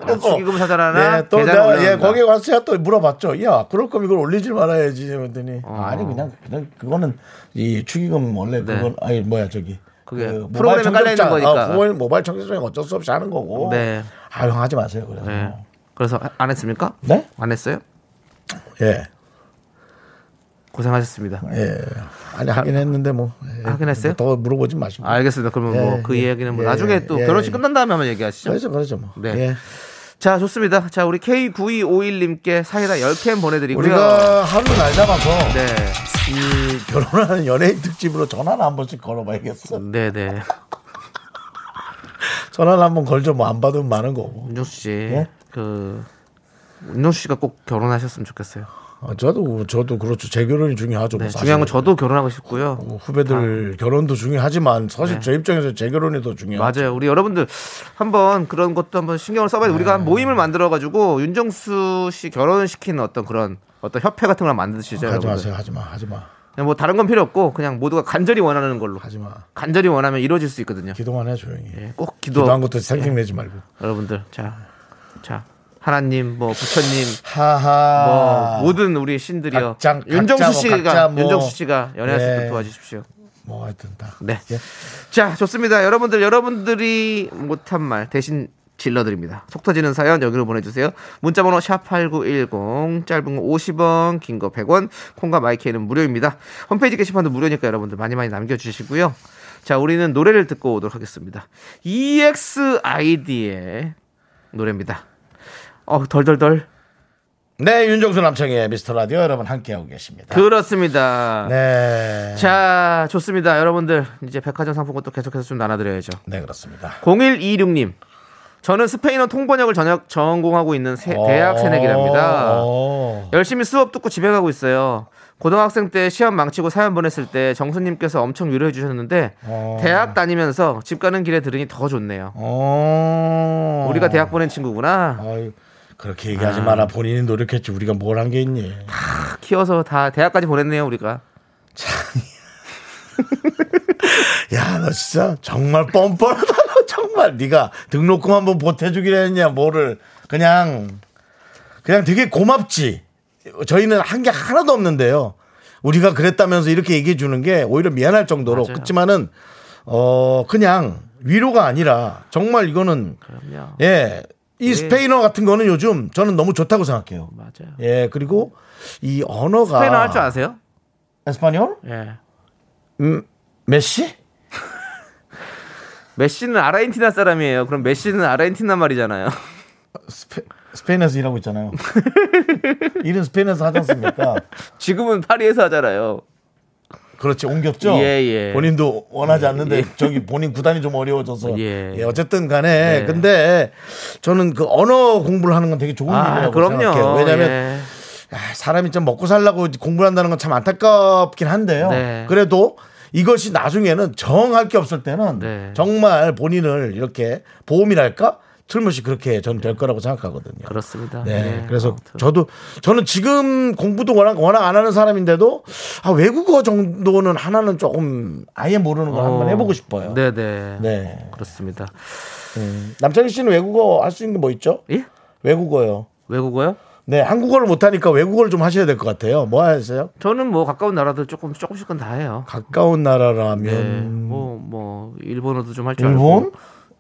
지금. 축의금 아, 사달하나
예, 또
계좌
내가,
올려놓는다.
예, 거기에 와서 제가 또 물어봤죠. 야, 그럴 거면 이걸 올리질 말아야지. 했더니
어.
아니 그냥 그냥 그거는 이 축의금 원래 그건 아니 뭐야 저기
네. 그게
모바일
프로그램에 깔려 있는
청첩장,
거니까.
아, 모바일, 모바일 청첩장 어쩔 수 없이 하는 거고.
네.
아유 하지 마세요. 그래서
네. 그래서 하- 안 했습니까?
네?
안 했어요?
예,
고생하셨습니다.
예. 아니 하긴 했는데 뭐 예.
하긴 했어요?
더 물어보지 마시고.
알겠습니다. 그러면
예,
뭐 그
예,
이야기는 뭐
예,
나중에 또
예,
결혼식
예.
끝난 다음에 한번 얘기하시죠.
그러죠, 그러죠 뭐.
네.
예.
자, 좋습니다. 자, 우리 K9251님께 사이다 10캔 보내드리고요.
우리가 하루 날 잡아서
네.
이 결혼하는 연예인 특집으로 전화를 한 번씩 걸어봐야겠어.
네네.
전화를 한 번 걸죠. 뭐 안 받으면 많은 거고.
윤정수 씨.
예?
그, 윤정수 씨가 꼭 결혼하셨으면 좋겠어요.
아, 저도 저도 그렇죠. 제 결혼이 중요하죠.
네,
뭐
중요한 건
사실.
저도 결혼하고 싶고요.
뭐 후배들 결혼도 중요하지만 사실
네.
제 입장에서 제 결혼이 더 중요해요.
맞아요. 우리 여러분들 한번 그런 것도 한번 신경을 써봐야 돼.
네.
우리가 한 모임을 만들어가지고 윤정수 씨 결혼시키는 어떤 그런 어떤 협회 같은 걸 만드시죠.
하지
여러분들.
마세요. 하지 마. 하지 마.
그냥 뭐 다른 건 필요 없고 그냥 모두가 간절히 원하는 걸로.
하지 마.
간절히 원하면 이루어질 수 있거든요.
기도만 해 조용히.
예, 꼭 기도.
기도한 것도 생각내지 말고.
여러분들 자, 자 하나님 뭐 부처님 뭐
하하.
모든 우리 신들이요.
아. 각자, 각자
윤정수
뭐,
씨가
각자 뭐.
윤정수 씨가 연애할 수 있도록
예.
도와주십시오.
뭐 하여튼 다.
네.
예.
자, 좋습니다. 여러분들, 여러분들이 못한 말 대신 질러드립니다. 속 터지는 사연 여기로 보내주세요. 문자번호 샵8910, 짧은 거 50원, 긴 거 100원, 콩과 마이크는 무료입니다. 홈페이지 게시판도 무료니까 여러분들 많이 많이 남겨주시고요. 자, 우리는 노래를 듣고 오도록 하겠습니다. E EXID의 노래입니다. 어, 덜덜덜.
네, 윤정수 남창의 미스터 라디오 여러분 함께하고 계십니다.
그렇습니다.
네.
자, 좋습니다. 여러분들, 이제 백화점 상품권 또 계속해서 좀 나눠드려야죠.
네, 그렇습니다.
0126님. 저는 스페인어 통번역을 전역 전공하고 있는 세- 대학
오,
새내기랍니다.
어. 오.
열심히 수업 듣고 집에 가고 있어요. 고등학생 때 시험 망치고 사연 보냈을 때 정수님께서 엄청 위로해 주셨는데
어.
대학 다니면서 집 가는 길에 들으니 더 좋네요.
오.
우리가 대학 보낸 친구구나.
어. 아유, 그렇게 얘기하지 마라. 본인이 노력했지 우리가 뭘 한 게 있니?
다 키워서 다 대학까지 보냈네요 우리가.
야, 너 진짜 정말 뻔뻔하다. 너 정말 네가 등록금 한번 보태주기로 했냐, 뭐를 그냥 그냥 되게 고맙지. 저희는 한 게 하나도 없는데요. 우리가 그랬다면서 이렇게 얘기해 주는 게 오히려 미안할 정도로
맞아요.
그렇지만은 어 그냥 위로가 아니라 정말 이거는
그럼요.
예. 이 스페인어 같은 거는 요즘 저는 너무 좋다고 생각해요.
맞아요.
예, 그리고 이 언어가
스페인어 할 줄 아세요?
에스파뇰?
예.
음, 메시?
메시는 아르헨티나 사람이에요. 그럼 메시는 아르헨티나 말이잖아요.
스페, 스페인에서 일하고 있잖아요. 일은 스페인에서 하지 않습니까?
지금은 파리에서 하잖아요.
그렇지 옮겼죠.
예, 예.
본인도 원하지 않는데
예.
저기 본인 구단이 좀 어려워져서
예.
예, 어쨌든 간에
네.
근데 저는 그 언어 공부를 하는 건 되게 좋은
아,
일이라고
그럼요.
음, 네, 뭐 생각해요. 왜냐하면
예.
아, 사람이 좀 먹고 살라고 공부를 한다는 건 참 안타깝긴 한데요.
네.
그래도 이것이 나중에는 정할 게 없을 때는
네.
정말 본인을 이렇게 보험이랄까 틀림없이 그렇게 저는 될 거라고 생각하거든요.
그렇습니다.
네,
네,
그래서
아무튼.
저도 저는 지금 공부도 워낙 워낙 안 하는 사람인데도 아, 외국어 정도는 하나는 조금 아예 모르는 거 한번
어,
해보고 싶어요. 네,
네네. 그렇습니다.
남창희 씨는 외국어 할 수 있는 거 뭐 있죠?
예?
외국어요.
외국어요?
네, 한국어를 못하니까 외국어를 좀 하셔야 될 것 같아요. 뭐 하세요?
저는 뭐 가까운 나라들 조금 조금씩은 다 해요.
가까운
네.
나라라면
뭐 뭐 일본어도 좀 할 줄
음. 일본?
알고.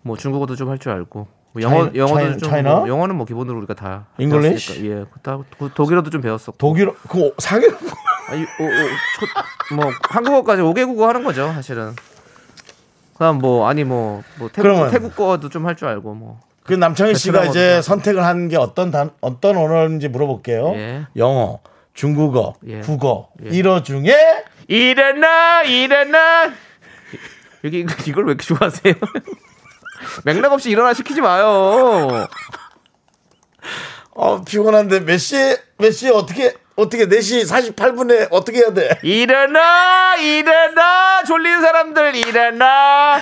뭐 중국어도 좀 할 줄 알고. 뭐 영어
차이-
영어도
차이-
좀
차이나?
뭐 영어는 뭐 기본으로 우리가 다
English?
배웠으니까. 예. 다 도- 독일어도 좀 배웠었고.
독일 그 사계
아니, 오, 오, 초- 뭐 한국어까지 5개국어 하는 거죠, 사실은. 그다음 뭐 아니 뭐뭐 태국,
그러면-
태국어도 좀 할 줄 알고 뭐.
그 남창희 씨가
베트남
이제
어디죠?
선택을 한 게 어떤 단 어떤 언어인지 물어볼게요.
예.
영어, 중국어,
예.
국어
예.
일어 중에
일어나 일어나 여기 이거- 이걸 왜 이렇게 좋아하세요? 맥락 없이 일어나 시키지 마요.
어 피곤한데 몇 시에 몇 시에 어떻게 어떻게 4시 48분에 어떻게 해야 돼?
일어나 일어나 졸린 사람들 일어나.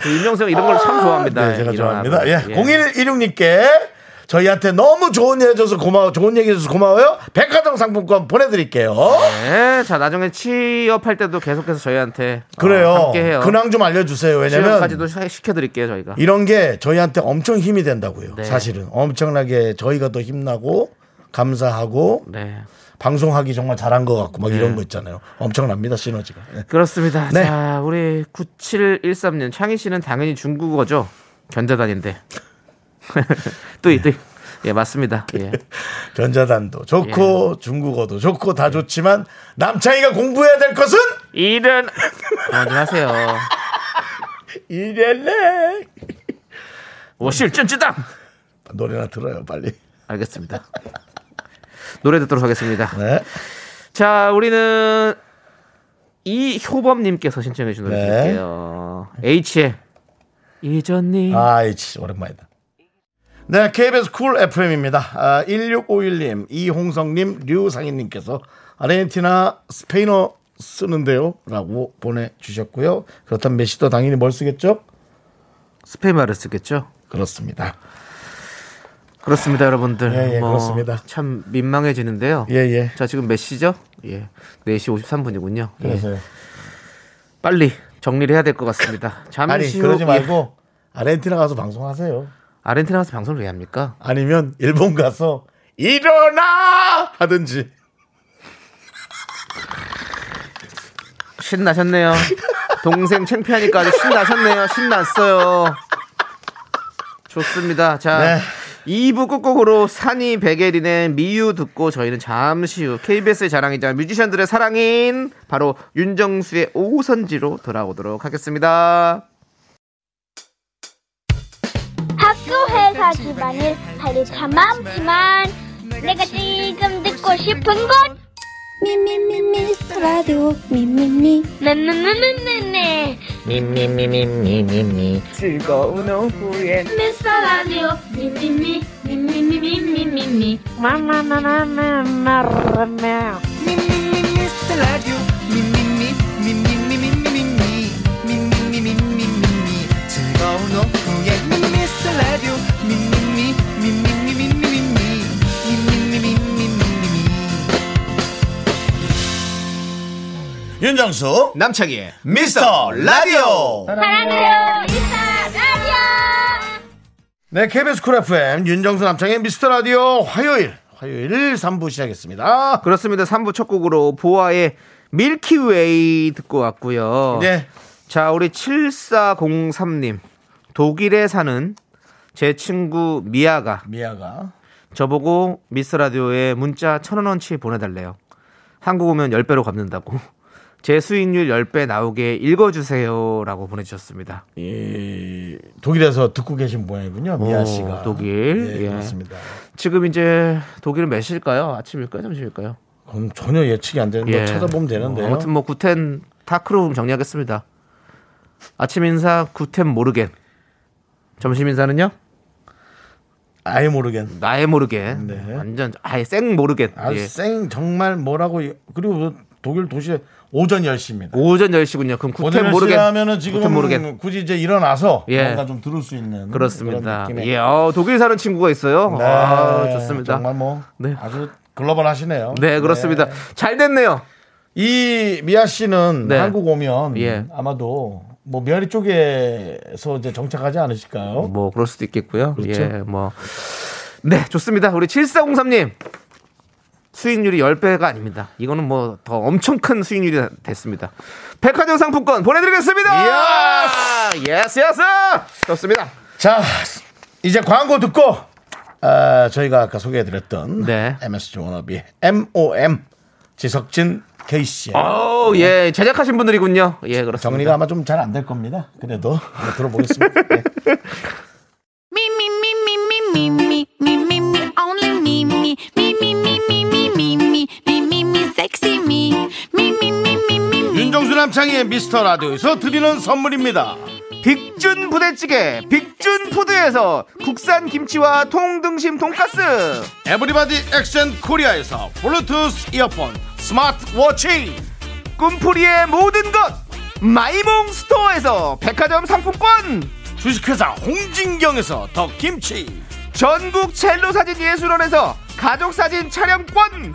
그 임영석 이런 걸 참 좋아합니다.
네, 제가
일어나.
좋아합니다. 예. 0116님께 저희한테 너무 좋은 얘기 해줘서 고마워, 좋은 얘기 해줘서 고마워요. 백화점 상품권 보내드릴게요.
네, 자 나중에 취업할 때도 계속해서 저희한테 어,
그래요.
함께 해요.
근황 좀 알려주세요.
취업까지도
왜냐면
시- 시켜드릴게요 저희가.
이런 게 저희한테 엄청 힘이 된다고요.
네.
사실은 엄청나게 저희가 더 힘나고 감사하고
네.
방송하기 정말 잘한 것 같고 막 이런
네.
거 있잖아요. 엄청납니다 시너지가. 네.
그렇습니다.
네.
자, 우리 9713년 창희 씨는 당연히 중국어죠. 견자단인데. 뚜이 뚜이. 예, 맞습니다. 예.
전자단도 좋고 중국어도 좋고 다 좋지만 남창이가 공부해야 될 것은
일은 그만 좀 하세요.
이래래
오실 쩐지당.
노래나 들어요 빨리.
알겠습니다. 노래 듣도록 하겠습니다.
네.
자, 우리는 이효범 님께서 신청해 주신 노래
네.
드릴게요. H의 이전님.
아이치 오랜만이다. 네, KBS 쿨 FM입니다. 아, 1651님, 이홍성님, 류상인님께서 아르헨티나 스페인어 쓰는데요? 라고 보내주셨고요. 그렇다면 메시도 당연히 뭘 쓰겠죠?
스페인말을 쓰겠죠?
그렇습니다.
그렇습니다, 여러분들. 뭐
예, 예, 그렇습니다.
참 민망해지는데요.
예, 예.
자, 지금 몇 시죠? 예. 4시 53분이군요. 예.
그래서요.
빨리 정리를 해야 될 것 같습니다.
아니,
잠시 후
그러지
예.
말고 아르헨티나 가서 방송하세요.
아르헨티나 가서 방송을 왜 합니까?
아니면 일본 가서 일어나! 하든지.
신나셨네요. 동생 창피하니까 아주 신나셨네요. 신났어요. 좋습니다. 자,
네.
2부 끝곡으로 산이 백예린의 미유 듣고 저희는 잠시 후 KBS의 자랑이자 뮤지션들의 사랑인 바로 윤정수의 오선지로 돌아오도록 하겠습니다.
학교 회사 집안일 할 일 참 많지만 내가 지금 듣고 싶은 건
미미미 미스터 라디오 미미미
네, 네네네네네 미스터 라디오 미미미 미미미미미미미
미미미 미스터 라디오 미미미
윤정수
남창희의
미스터 라디오
사랑해요 미스터 라디오
네, KBS 쿨 FM 윤정수 남창의 미스터 라디오 화요일. 화요일 3부 시작했습니다.
그렇습니다. 3부 첫 곡으로 보아의 밀키웨이 듣고 왔고요.
네.
자, 우리 7403님. 독일에 사는 제 친구 미아가
미아가
저보고 미스 라디오에 문자 천원어치 보내달래요. 한국 오면 10배로 갚는다고. 제 수익률 10배 나오게 읽어주세요. 라고 보내주셨습니다.
이 독일에서 듣고 계신 모양이군요. 미아
오,
씨가
독일.
네,
예.
그렇습니다.
지금 이제 독일은 몇 시일까요? 아침일까요? 점심일까요?
그럼 전혀 예측이 안 되는데
예.
찾아보면 되는데요.
어, 아무튼 뭐 구텐 타크로 그럼 정리하겠습니다. 아침 인사 구텐 모르겐. 점심 인사는요?
아예 모르겠.
나의 모르겐.
네.
완전 아예 생 모르겐. 예.
아생 정말 뭐라고 그리고 독일 도시에 오전 10시입니다.
오전 10시군요. 그럼
오전
구텐
10시
모르겠.
하면은 지금
구텐 모르겠.
굳이 이제 일어나서
예.
뭔가 좀 들을 수 있는
그렇습니다.
그런 느낌의.
예, 어, 독일 사는 친구가 있어요.
네,
아, 좋습니다.
정말 뭐
네.
아주 글로벌 하시네요.
네, 그렇습니다. 잘 됐네요.
이 미아 씨는
네.
한국 오면
예.
아마도 뭐 메아리 쪽에서 이제 정착하지 않으실까요?
뭐 그럴 수도 있겠고요.
그렇죠.
예, 뭐. 네, 좋습니다. 우리 7403님. 수익률이 10배가 아닙니다. 이거는 뭐 더 엄청 큰 수익률이 됐습니다. 백화점 상품권 보내드리겠습니다. 예스! 예스, 예스! 좋습니다.
자, 이제 광고 듣고 아, 저희가 아까 소개해드렸던
네.
MS 조원업이 MOM 지석진 케이씨
오, 예, 제작하신 분들이군요. 예, 그렇습니다.
정리가 아마 좀 잘 안 될 겁니다. 그래도 한번 들어보겠습니다. 네.
Me, me, me, me, me, me, me, me, me, me, only me, me, me, me, me, me, me, me, me, me, me, me, sexy me, me, me, me, me, me, me.
윤정수 남창희의 미스터 라디오에서 드리는 선물입니다.
빅준 부대찌개, 빅준 푸드에서 국산 김치와 통등심 돈가스.
에브리바디 엑센 코리아에서 블루투스 이어폰, 스마트 워치,
꿈풀이의 모든 것 마이몽 스토어에서 백화점 상품권
주식회사 홍진경에서 더 김치,
전국 첼로 사진 예술원에서 가족 사진 촬영권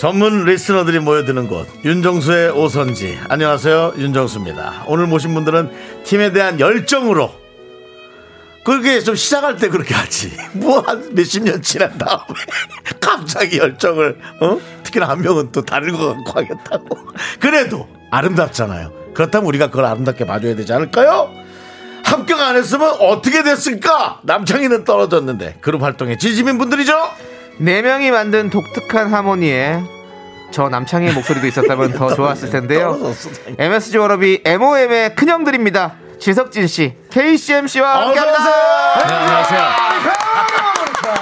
전문 리스너들이 모여드는 곳 윤정수의 오선지 안녕하세요 윤정수입니다 오늘 모신 분들은 팀에 대한 열정으로 그렇게 좀 시작할 때 그렇게 하지 뭐 한 몇십 년 지난 다음에 갑자기 열정을 어? 특히나 한 명은 또 다른 거 갖고 하겠다고 그래도 아름답잖아요 그렇다면 우리가 그걸 아름답게 봐줘야 되지 않을까요? 합격 안 했으면 어떻게 됐을까? 남창희는 떨어졌는데 그룹 활동의 지지민 분들이죠
네 명이 만든 독특한 하모니에 저 남창희의 목소리도 있었다면 더 좋았을 텐데요.
떨어졌어, 당연히.
MSG 워너비 MOM의 큰형들입니다. 지석진 씨, KCM 씨와
어서
함께합니다.
안녕하세요.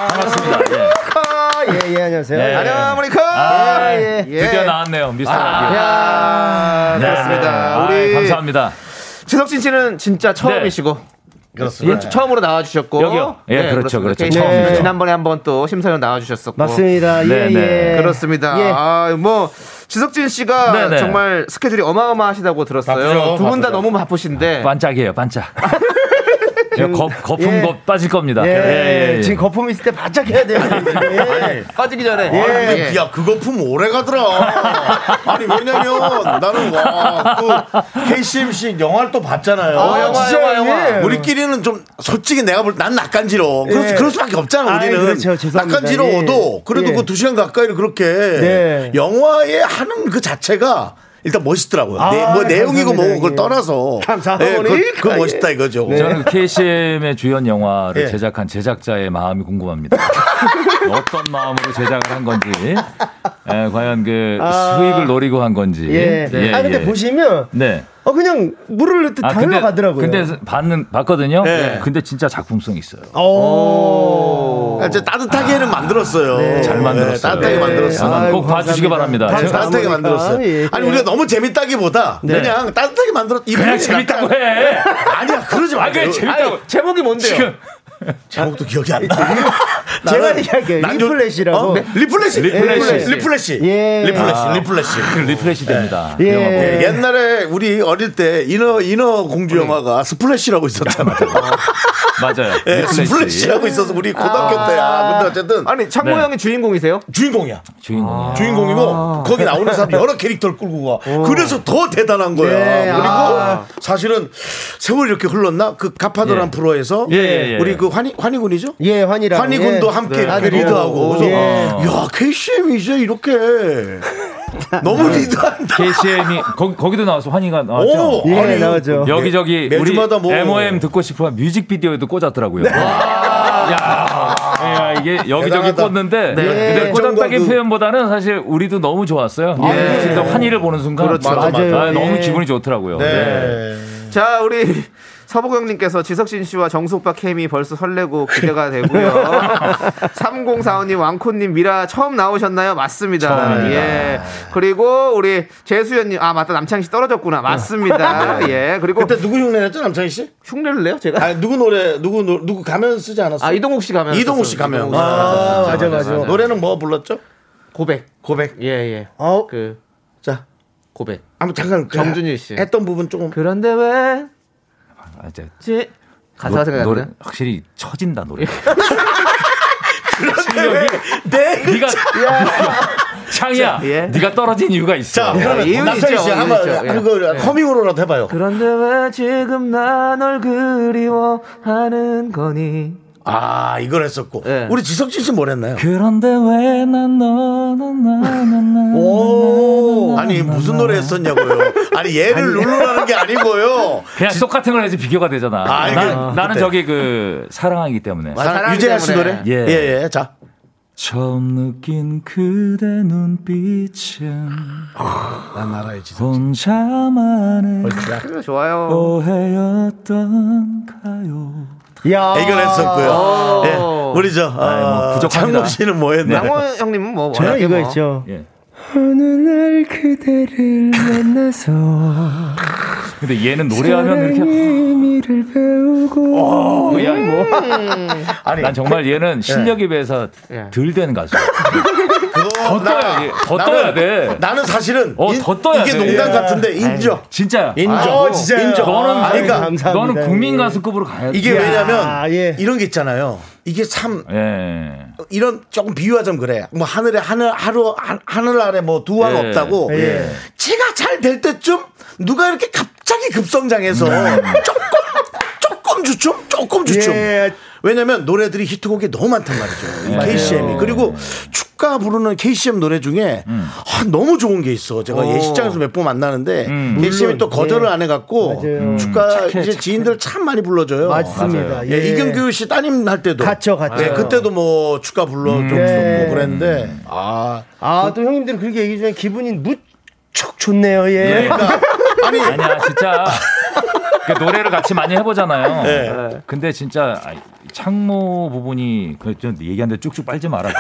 반갑습니다. 예.
예, 예, 안녕하세요.
예.
안녕, 모니카.
아,
예, 예.
드디어 나왔네요. 미스터
아,
라디오.
야, 그렇습니다.
네.
우리
아, 감사합니다. 네.
지석진 씨는 진짜 처음이시고
그렇습니다
처음으로 나와주셨고 네,
여기요? 예, 그렇죠,
그렇습니다.
그렇죠.
KCM 씨
처음이죠.
지난번에 한번 또 심사위원 나와주셨었고
아,
예, 예.
그렇습니다. 아, 뭐 지석진 씨가
네네.
정말 스케줄이 어마어마하시다고 들었어요.
바쁘죠,
두 분 다
바쁘죠.
너무 바쁘신데
반짝이에요, 반짝. 예, 겁, 거품
예.
겁 빠질 겁니다. 예,
지금 거품 있을 때
네.
바짝 해야 돼요. 예.
빠지기 전에
예.
네.
야, 그거 품 오래 가더라. 아니, 왜냐면 나는 와, 그 KCMC 영화를 또 봤잖아요.
어, 영화, 영화, 영화.
네.
예.
우리끼리는 좀 솔직히 내가 볼 난 낯간지러워. 그럴, 수-
예.
그럴 수밖에 없잖아,
아이,
우리는.
그렇죠. 죄송합니다.
낯간지러워도
예.
그래도
예.
그 두 시간 가까이를 그렇게
네.
영화에 하는 그 자체가 일단 멋있더라고요.
아,
내, 뭐
감사합니다.
내용이고 뭐고 그걸
예.
떠나서
감사합니다. 네.
예, 그, 그 멋있다 이거죠.
저는 KCM의 주연 영화를
예.
제작한 제작자의 마음이 궁금합니다. 어떤 마음으로 제작을 한 건지, 예, 과연 그 수익을 노리고 한 건지.
아. 예. 아 근데
예.
보시면
네.
어 그냥 물을 넣듯
아,
다 흘러가더라고요.
근데 봤는 봤거든요.
예.
근데 진짜 작품성 이 있어요.
오.
아, 이제 따뜻하게는 만들었어요.
네.
잘 만들었어요.
따뜻하게
네.
만들었어요.
아, 꼭 봐주시기
감사합니다.
바랍니다.
아니,
네.
따뜻하게
그러니까,
만들었어요.
예,
아니
예.
우리가 너무 재밌다기보다 그냥 따뜻하게 만들었. 이
그냥
분위기
재밌다고
약간-
해.
아니야 그러지 마.
아, 그냥 재밌-
아니, 제목이 뭔데요?
지금
제목도 기억이 안 나.
제가 얘기할게요.
난 요-
리플렛이라고.
어? 네. 리플래시.
리플래시.
리플래시.
예.
리플래시. 리플래시.
그 리프레시 됩니다.
예.
영화 보고.
예.
옛날에 우리 어릴 때 인어 인어 공주 영화가 스플래시라고 있었잖아요.
맞아요.
예,
리플레시.
스플래시라고 있어서 우리 고등학교 때야. 근데 어쨌든
아니 창모
네.
형이 주인공이세요?
주인공이야.
주인공이에요.
아. 주인공이고 거기 나오는 사람 여러 캐릭터를 끌고 가. 그래서 더 대단한 거야.
네,
그리고
아.
사실은 세월 이렇게 흘렀나? 그 가파도란
예.
프로에서
예, 예, 예.
우리 그 환희 환희군이죠?
예, 환희랑
환희군도
예.
함께
네.
이렇게
아들이요.
리드하고 그래서
예.
야 KCM 이제 이렇게 너무 리드한다.
KCM이 거기, 거기도 나와서 환희가 나왔죠.
오,
예,
아니,
나오죠.
여기저기 우리
매주마다 어, 뭐- 네.
MOM 듣고 싶어 뮤직비디오에도 꽂았더라고요. 야, 예, 이게 여기저기
대단하다.
꽂는데
네.
근데
이
꽂았다기
정도 아, 네. 그-
표현보다는 사실 우리도 너무 좋았어요.
예.
진짜 환희를 보는 순간
그렇죠.
아,
맞아요.
네.
아, 너무
예.
기분이 좋더라고요. 네.
자, 우리 서보경님께서 지석진 씨와 정수 오빠 케미 벌써 설레고 기대가 되고요. 3045님, 왕코님, 미라 처음 나오셨나요? 맞습니다.
처음입니다.
예. 그리고 우리 재수연님, 아, 맞다. 남창희 씨 떨어졌구나. 맞습니다. 예. 그리고. 그때
누구 흉내 냈죠, 남창희 씨?
흉내를 내요, 제가?
아 누구 노래 누구 노- 누구 가면 쓰지 않았어요?
아, 이동욱 씨 가면
이동욱 씨
썼어요.
가면.
이동욱 씨 가면 썼어요.
맞아
맞아,
맞아.
맞아.
노래는 뭐 불렀죠?
고백.
고백.
예, 예.
어?
그.
자.
고백.
한번 잠깐 그
정준일 씨.
했던 부분 조금
그런데 왜?
아, 이제
지 아, 가사가
노-
생각이 안
노래-
나네.
확실히 처진다
예.
노래.
네.
네가 창이야.
예.
네가 떨어진 이유가 있어.
자, 그러면 남창희 씨 한번
네.
그거 커밍으로라도 해봐요.
그런데 왜 지금 나 널 그리워하는 거니?
아 이걸 했었고 우리 지석진 씨 뭘 했나요?
네. 그런데 왜 난 너는 음.
오 아니 무슨 노래 했었냐고요? 아니 얘를 누르라는 게 아니고요.
그냥 똑같은 걸 해야지 비교가 되잖아.
아, 이게
나, 나는
그때.
저기 그 사랑하기 때문에.
사- 유재하 씨 노래?
예.
예, 예. 자.
처음 느낀 그대 눈빛은
난 나라의 지
혼자만의
좋아요.
오해였던가요.
아,
야. 네. 이걸 했었고요. 아. 예. 우리 저 어,
아. 부족합니다. 네.
장국 씨는 뭐 했나요?
양호 형님은 뭐
저는
워낙에
이거
뭐.
했죠.
어느 날 그대를 만나서
근데 얘는 노래하면 이렇게
사랑의 의미를 배우고
어, 야, 뭐.
아니,
난 정말
네.
얘는 실력에 비해서 덜 된 가수. 더 떠야 돼. 더
나는-
떠야 돼.
나는 사실은
어,
인-
더 떠야
이게
돼.
농담 같은데 인정.
진짜야.
인정.
아이고,
인정.
너는
아, 그러니까
너는 국민 가수급으로 가야 예. 돼.
이게 왜냐면 이런 게 있잖아요. 이게 참
예.
이런 조금 비유하자면 그래. 뭐 하늘에 하늘 하루 하- 하늘 아래 뭐 두왕
예.
없다고.
예.
제가 잘 될 때쯤 누가 이렇게 갑자기 급성장해서
음.
조금 조금 주춤 조금 주춤. 왜냐면 노래들이 히트곡이 너무 많단 말이죠.
예. 맞아요.
KCM이. 그리고 축가 부르는 KCM 노래 중에
음.
아, 너무 좋은 게 있어. 제가
오.
예식장에서 몇 번 만나는데 KCM이
물론,
또 거절을
예.
안 해갖고
맞아요. 음.
축가
착해,
이제 지인들 참 많이 불러줘요.
맞습니다.
맞아요.
예.
예, 이경규 씨 따님 할 때도
갔죠, 갔죠.
예, 그때도 뭐 축가 불러 줬고
예.
그랬는데 아,
아, 또 형님들 그렇게 얘기 주면 기분이 무척 좋네요, 예.
그러니까 아니
아니야 진짜 그 노래를 같이 많이 해보잖아요.
네.
근데 진짜 아이, 창모 부분이 그좀 얘기하는데 쭉쭉 빨지 마라.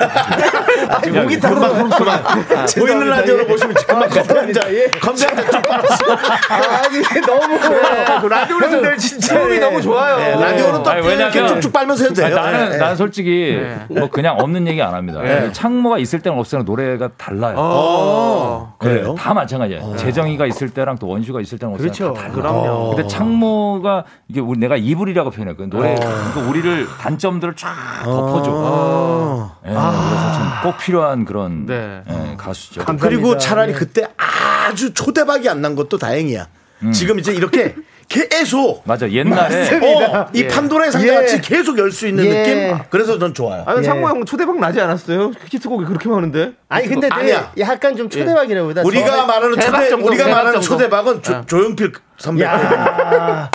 지금 목이 타는 거
아,
그만. 아, 보이는
예.
라디오로 보시면 금방 검색자 검색자 쭉 빨았어.
아니 너무
라디오에서 늘 진짜 예. 음이 너무 좋아요.
네, 라디오는 또
아니,
이렇게
왜냐면-
쭉쭉 빨면서 해도
아니,
돼요. 네.
나는
예, 예.
나는 솔직히 뭐 그냥 없는 얘기 안 합니다.
예.
창모가 있을 때랑 없을 때랑 노래가 달라요.
어,
네,
그래요?
다 마찬가지예요. 재정이가 있을 때랑 또 원슈가 있을 때랑 없을 때랑
어. 그렇죠.
다 달라요.
그럼요.
근데 창모가 이게 우리 내가 이불이라고 표현했거든. 노래
어.
그러니까 우리를 단점들을 쫙 덮어줘.
아.
예, 그래서 참 꼭 필요한 그런
네.
예, 가수죠.
그리고 차라리
예.
그때 아주 초대박이 안 난 것도 다행이야.
음.
지금 이제 이렇게 계속
맞아 옛날에
맞습니다.
어, 이
예.
판도라의 상자 같이
예.
계속 열 수 있는
예.
느낌. 그래서 전 좋아요. 예.
아니 창모 형 초대박 나지 않았어요? 히트곡이 그렇게 많은데.
아니 근데 내
아니야. 예.
약간 좀 초대박이라보다
우리가 말하는 초대
정도,
우리가
대박
말하는
정도. 어.
초대박은 조, 조용필 선배.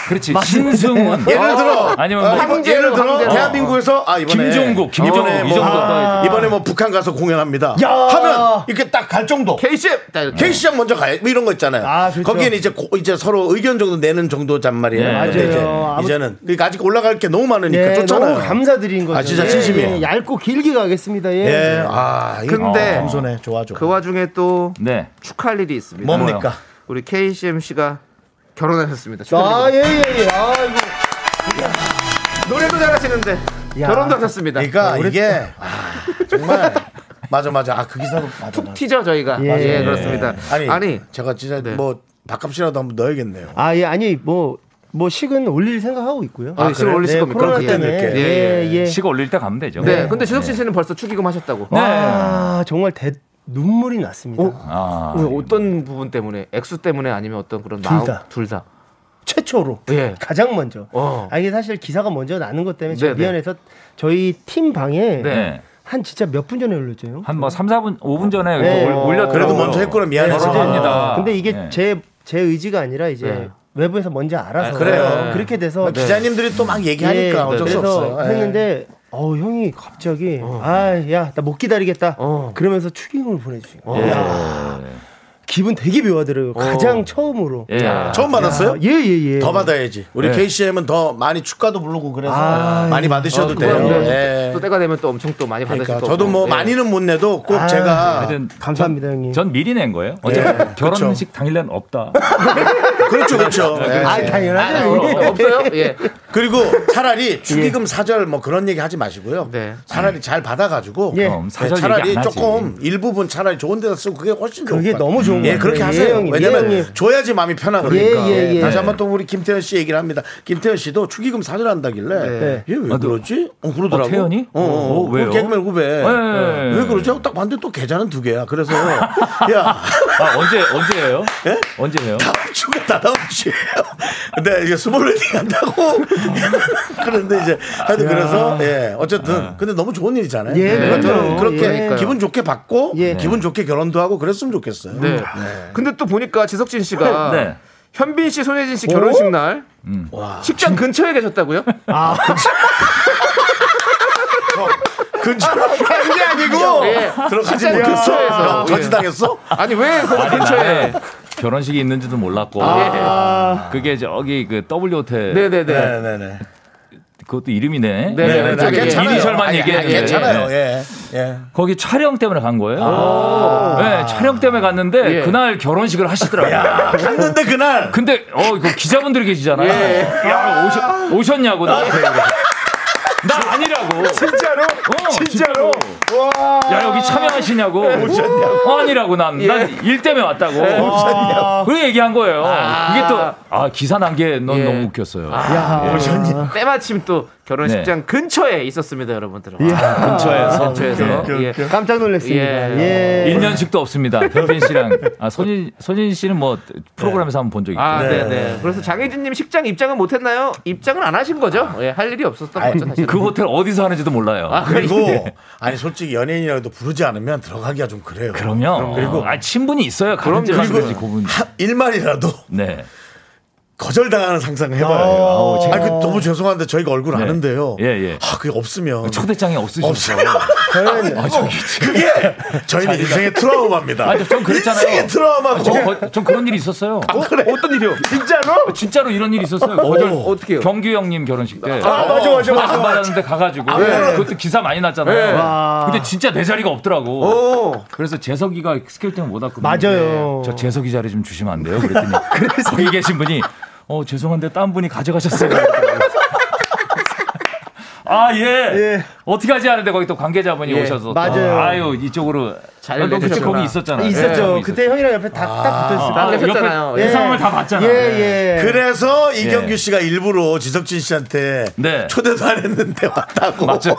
그렇지 신승훈
예를 들어
아니면
어,
뭐
이번- 예를 들어 대한민국에서 아 이번에
김종국, 김종국
이번에
이 정도.
아, 이번에 뭐 북한 가서 공연합니다.
야.
하면 이렇게 딱 갈 정도.
KCM
KCM 먼저 가요. 뭐 이런 거 있잖아요.
아, 그렇죠.
거기는 이제 고- 이제 서로 의견 정도 내는 정도 잔 말이에요.
네.
근데 이제
맞아요. 아무-
이제는 그러니까 아직 올라갈 게 너무 많으니까
예,
좋잖아요.
너무 감사드린 거죠.
아, 진짜
예,
진심이에요.
예, 얇고 길게 가겠습니다. 예.
예. 아, 이거
근데
어, 겸손해. 좋아 좋아.
그 와중에 또
네
축하할 일이 있습니다.
뭡니까?
우리 KCM 씨가 결혼하셨습니다.
아,
축하드립니다.
예, 예, 예. 아, 이거.
노래도 잘하시는데 결혼도 하셨습니다.
그러니까
네.
이게 아, 정말 맞아 맞아. 아, 그 기사도 맞아. 맞아.
티죠 저희가.
예.
예, 그렇습니다.
아니,
아니
제가 진짜 뭐 밥값이라도 한번 넣어야겠네요.
아, 예, 아니 뭐. 뭐 식은 올릴 생각하고 있고요.
아, 식은 올리실 겁니까?
코로나
그럼
때문에
그냥 이렇게.
예,
예,
예.
시가 올릴 때 가면 되죠. 네.
네, 근데 지석진 씨는 벌써 축의금 하셨다고. 예,
와, 정말 대, 눈물이 났습니다.
아,
왜, 어떤 부분 때문에 액수 때문에 아니면 어떤 그런
둘
마음
다.
둘 다.
최초로
예.
가장 먼저.
어.
아 이게 사실 기사가 먼저 나는 것 때문에
네,
제가
네.
미안해서 저희 팀 방에
네.
한 진짜 몇 분 전에 올렸죠.
한 뭐 3, 4분, 5분 전에 이거
네.
올- 올렸더라고요.
그래도 먼저 했구나. 미안해서.
결혼합니다.
근데 이게
네.
제 제 의지가 아니라 이제
네.
외부에서 먼저 알아서
어, 그래요.
그렇게 돼서
기자님들이 또 막 얘기하니까 어쩔 수
그래서
없어요. 예.
했는데 어 형이 갑자기 아야 나 못 기다리겠다 그러면서 추기경을 보내주신 거예요.
예.
야, 기분 되게 묘하더라고요. 가장 처음으로
아, 처음 받았어요?
예예예.
더 받아야지. 우리
예.
KCM은 더 많이 축가도 부르고 그래서
아,
많이
예.
받으셔도
어,
돼요.
그럼요.
예.
또 때가 되면 또 엄청 또 많이 받으실
그러니까
거고.
저도 뭐
예.
많이는 못 내도 꼭
아,
제가
하여튼
감사합니다 형님.
네.
네.
전 미리 낸 거예요. 어제 결혼식 당일날 없다.
그렇죠, 그렇죠.
아, 그렇지.
예.
아, 당연하죠. 아,
네, 없- 없어요? 예.
그리고
예.
차라리 축의금 사절 뭐 그런 얘기 하지 마시고요. 차라리 잘 받아가지고
네. 예.
네,
사절 얘기
차라리
안 하지.
조금 일부분 차라리 좋은 데다 쓰고 그게 훨씬 좋은
그게
것 같아요.
너무 좋은
예,
것 같아요.
그렇게
예,
하세요.
형님,
왜냐면
예, 형님.
줘야지 마음이 편하니까.
예, 예, 예.
다시 한번 또 우리 김태현 씨 얘기를 합니다. 김태현 씨도 축의금 사절한다길래
네.
얘왜
아, 또-
그러지? 어, 그러더라고.
어, 태현이?
어, 어,
어, 왜요?
그 개그맨 후배.
예.
왜 그러지? 하고 딱 봤는데 또 계좌는 두 개야. 그래서 야.
아, 언제 언제예요? 언제예요?
추가 다다음 주에요. 근데 이제 스몰 웨딩 한다고. 그런데 이제 하여튼
야.
그래서 예 어쨌든 근데 너무 좋은 일이잖아요.
예,
그러니까 저는
그럼요.
그렇게
예.
기분 좋게 받고
예.
기분 좋게 결혼도 하고 그랬으면 좋겠어요.
네. 근데 또 보니까 지석진 씨가
네.
현빈 씨, 손예진 씨 결혼식 날 식장 근처에 계셨다고요? 아,
근처로
간게 아니고
그 들어가지
식장
못했어? 야,
근처에서
저지당했어?
아니 왜 거기
아니,
근처에?
나는 결혼식이 있는지도 몰랐고
아.
그게 저기 그 W 호텔
네네네.
네네네.
그것도 이름이네.
네, 네, 네.
저기
괜찮아요.
이니셜만
아니,
얘기했는데
아니, 괜찮아요. 예.
거기 촬영 때문에 간 거예요.
아.
네, 촬영 때문에 갔는데
예.
그날 결혼식을 하시더라고요.
갔는데 그날.
근데 어, 그 기자분들이 계시잖아요.
예.
야, 오셨, 오셨냐고 나한테. 나 아니라고.
진짜로?
진짜로? 야 여기 참여하시냐고 오셨냐고 아니라고 난일 때문에 왔다고
예. 오셨냐고.
그 얘기한 거예요
아.
그게 또 아 기사 난 게 넌 너무 웃겼어요 예.
때마침 또 결혼식장 근처에 있었습니다, 여러분들. 와,
네. 예. 근처에서.
근처에서.
그
오케이, 오케이,
예.
깜짝 놀랐습니다. 예.
어,
1년씩도 없습니다 현빈 씨랑 아, 손인, 손인 씨는 뭐 프로그램에서 한번 본 적이 있고
아, 네, 네. 그래서 장혜진님 식장 입장은 못했나요? 입장은 안 하신 거죠? 예, 할 일이 없었던 거죠, 아, 사실.
그 호텔 어디서 하는지도 몰라요
그리고 아니 솔직히 연예인이라도 부르지 않으면 들어가기가 좀 그래요.
그럼요
그리고
아 친분이 있어요
그럼
가는 집
그리고
가는지 고분
하- 일말이라도
네
거절당하는 상상을 해봐요.
어. 아우,
아,
진짜.
그 너무 죄송한데 저희가 얼굴
네.
아는데요.
예, 예.
아, 그게 없으면
초대장이 아, 없으셨어요.
저희는 그게 저희는
자리가-
인생의 트라우마입니다.
아니, 좀 그랬잖아요.
인생의 트라우마고.
아, 좀, 거- 좀 그런 일이 있었어요. 아,
어떤 일이요?
진짜로? 진짜로 이런 일이 있었어요.
아, 어,
거절
어떡해요?
경규 형님 결혼식 때.
아, 맞아, 맞아, 맞아,
안 받았는데 가가지고.
아, 네.
그것도 기사 많이 났잖아요.
네. 와.
근데 진짜 내 자리가 없더라고.
어?
오.
그래서 재석이가 스케줄 때문에 못 왔거든요.
네.
맞아요.
저 재석이 자리 좀 주시면 안 돼요? 그랬더니 거기 계신 분이 어 죄송한데 딴 분이 가져가셨어요. 아 예. 어떻게 하지 않은데 거기 또 관계자분이
예,
오셔서 또
맞아요.
아유 이쪽으로
자리를
아, 너 그때
내주셨구나.
거기 있었잖아요. 예,
네,
있었죠.
거기
그때 형이랑 옆에 다, 딱 붙어있어요.
아, 그랬었잖아요. 옆에 예. 그 상황을 다 봤잖아요.
네.
예, 예.
그래서
예.
이경규 씨가 일부러 지석진 씨한테
네.
초대도 안 했는데 왔다고. 맞아요.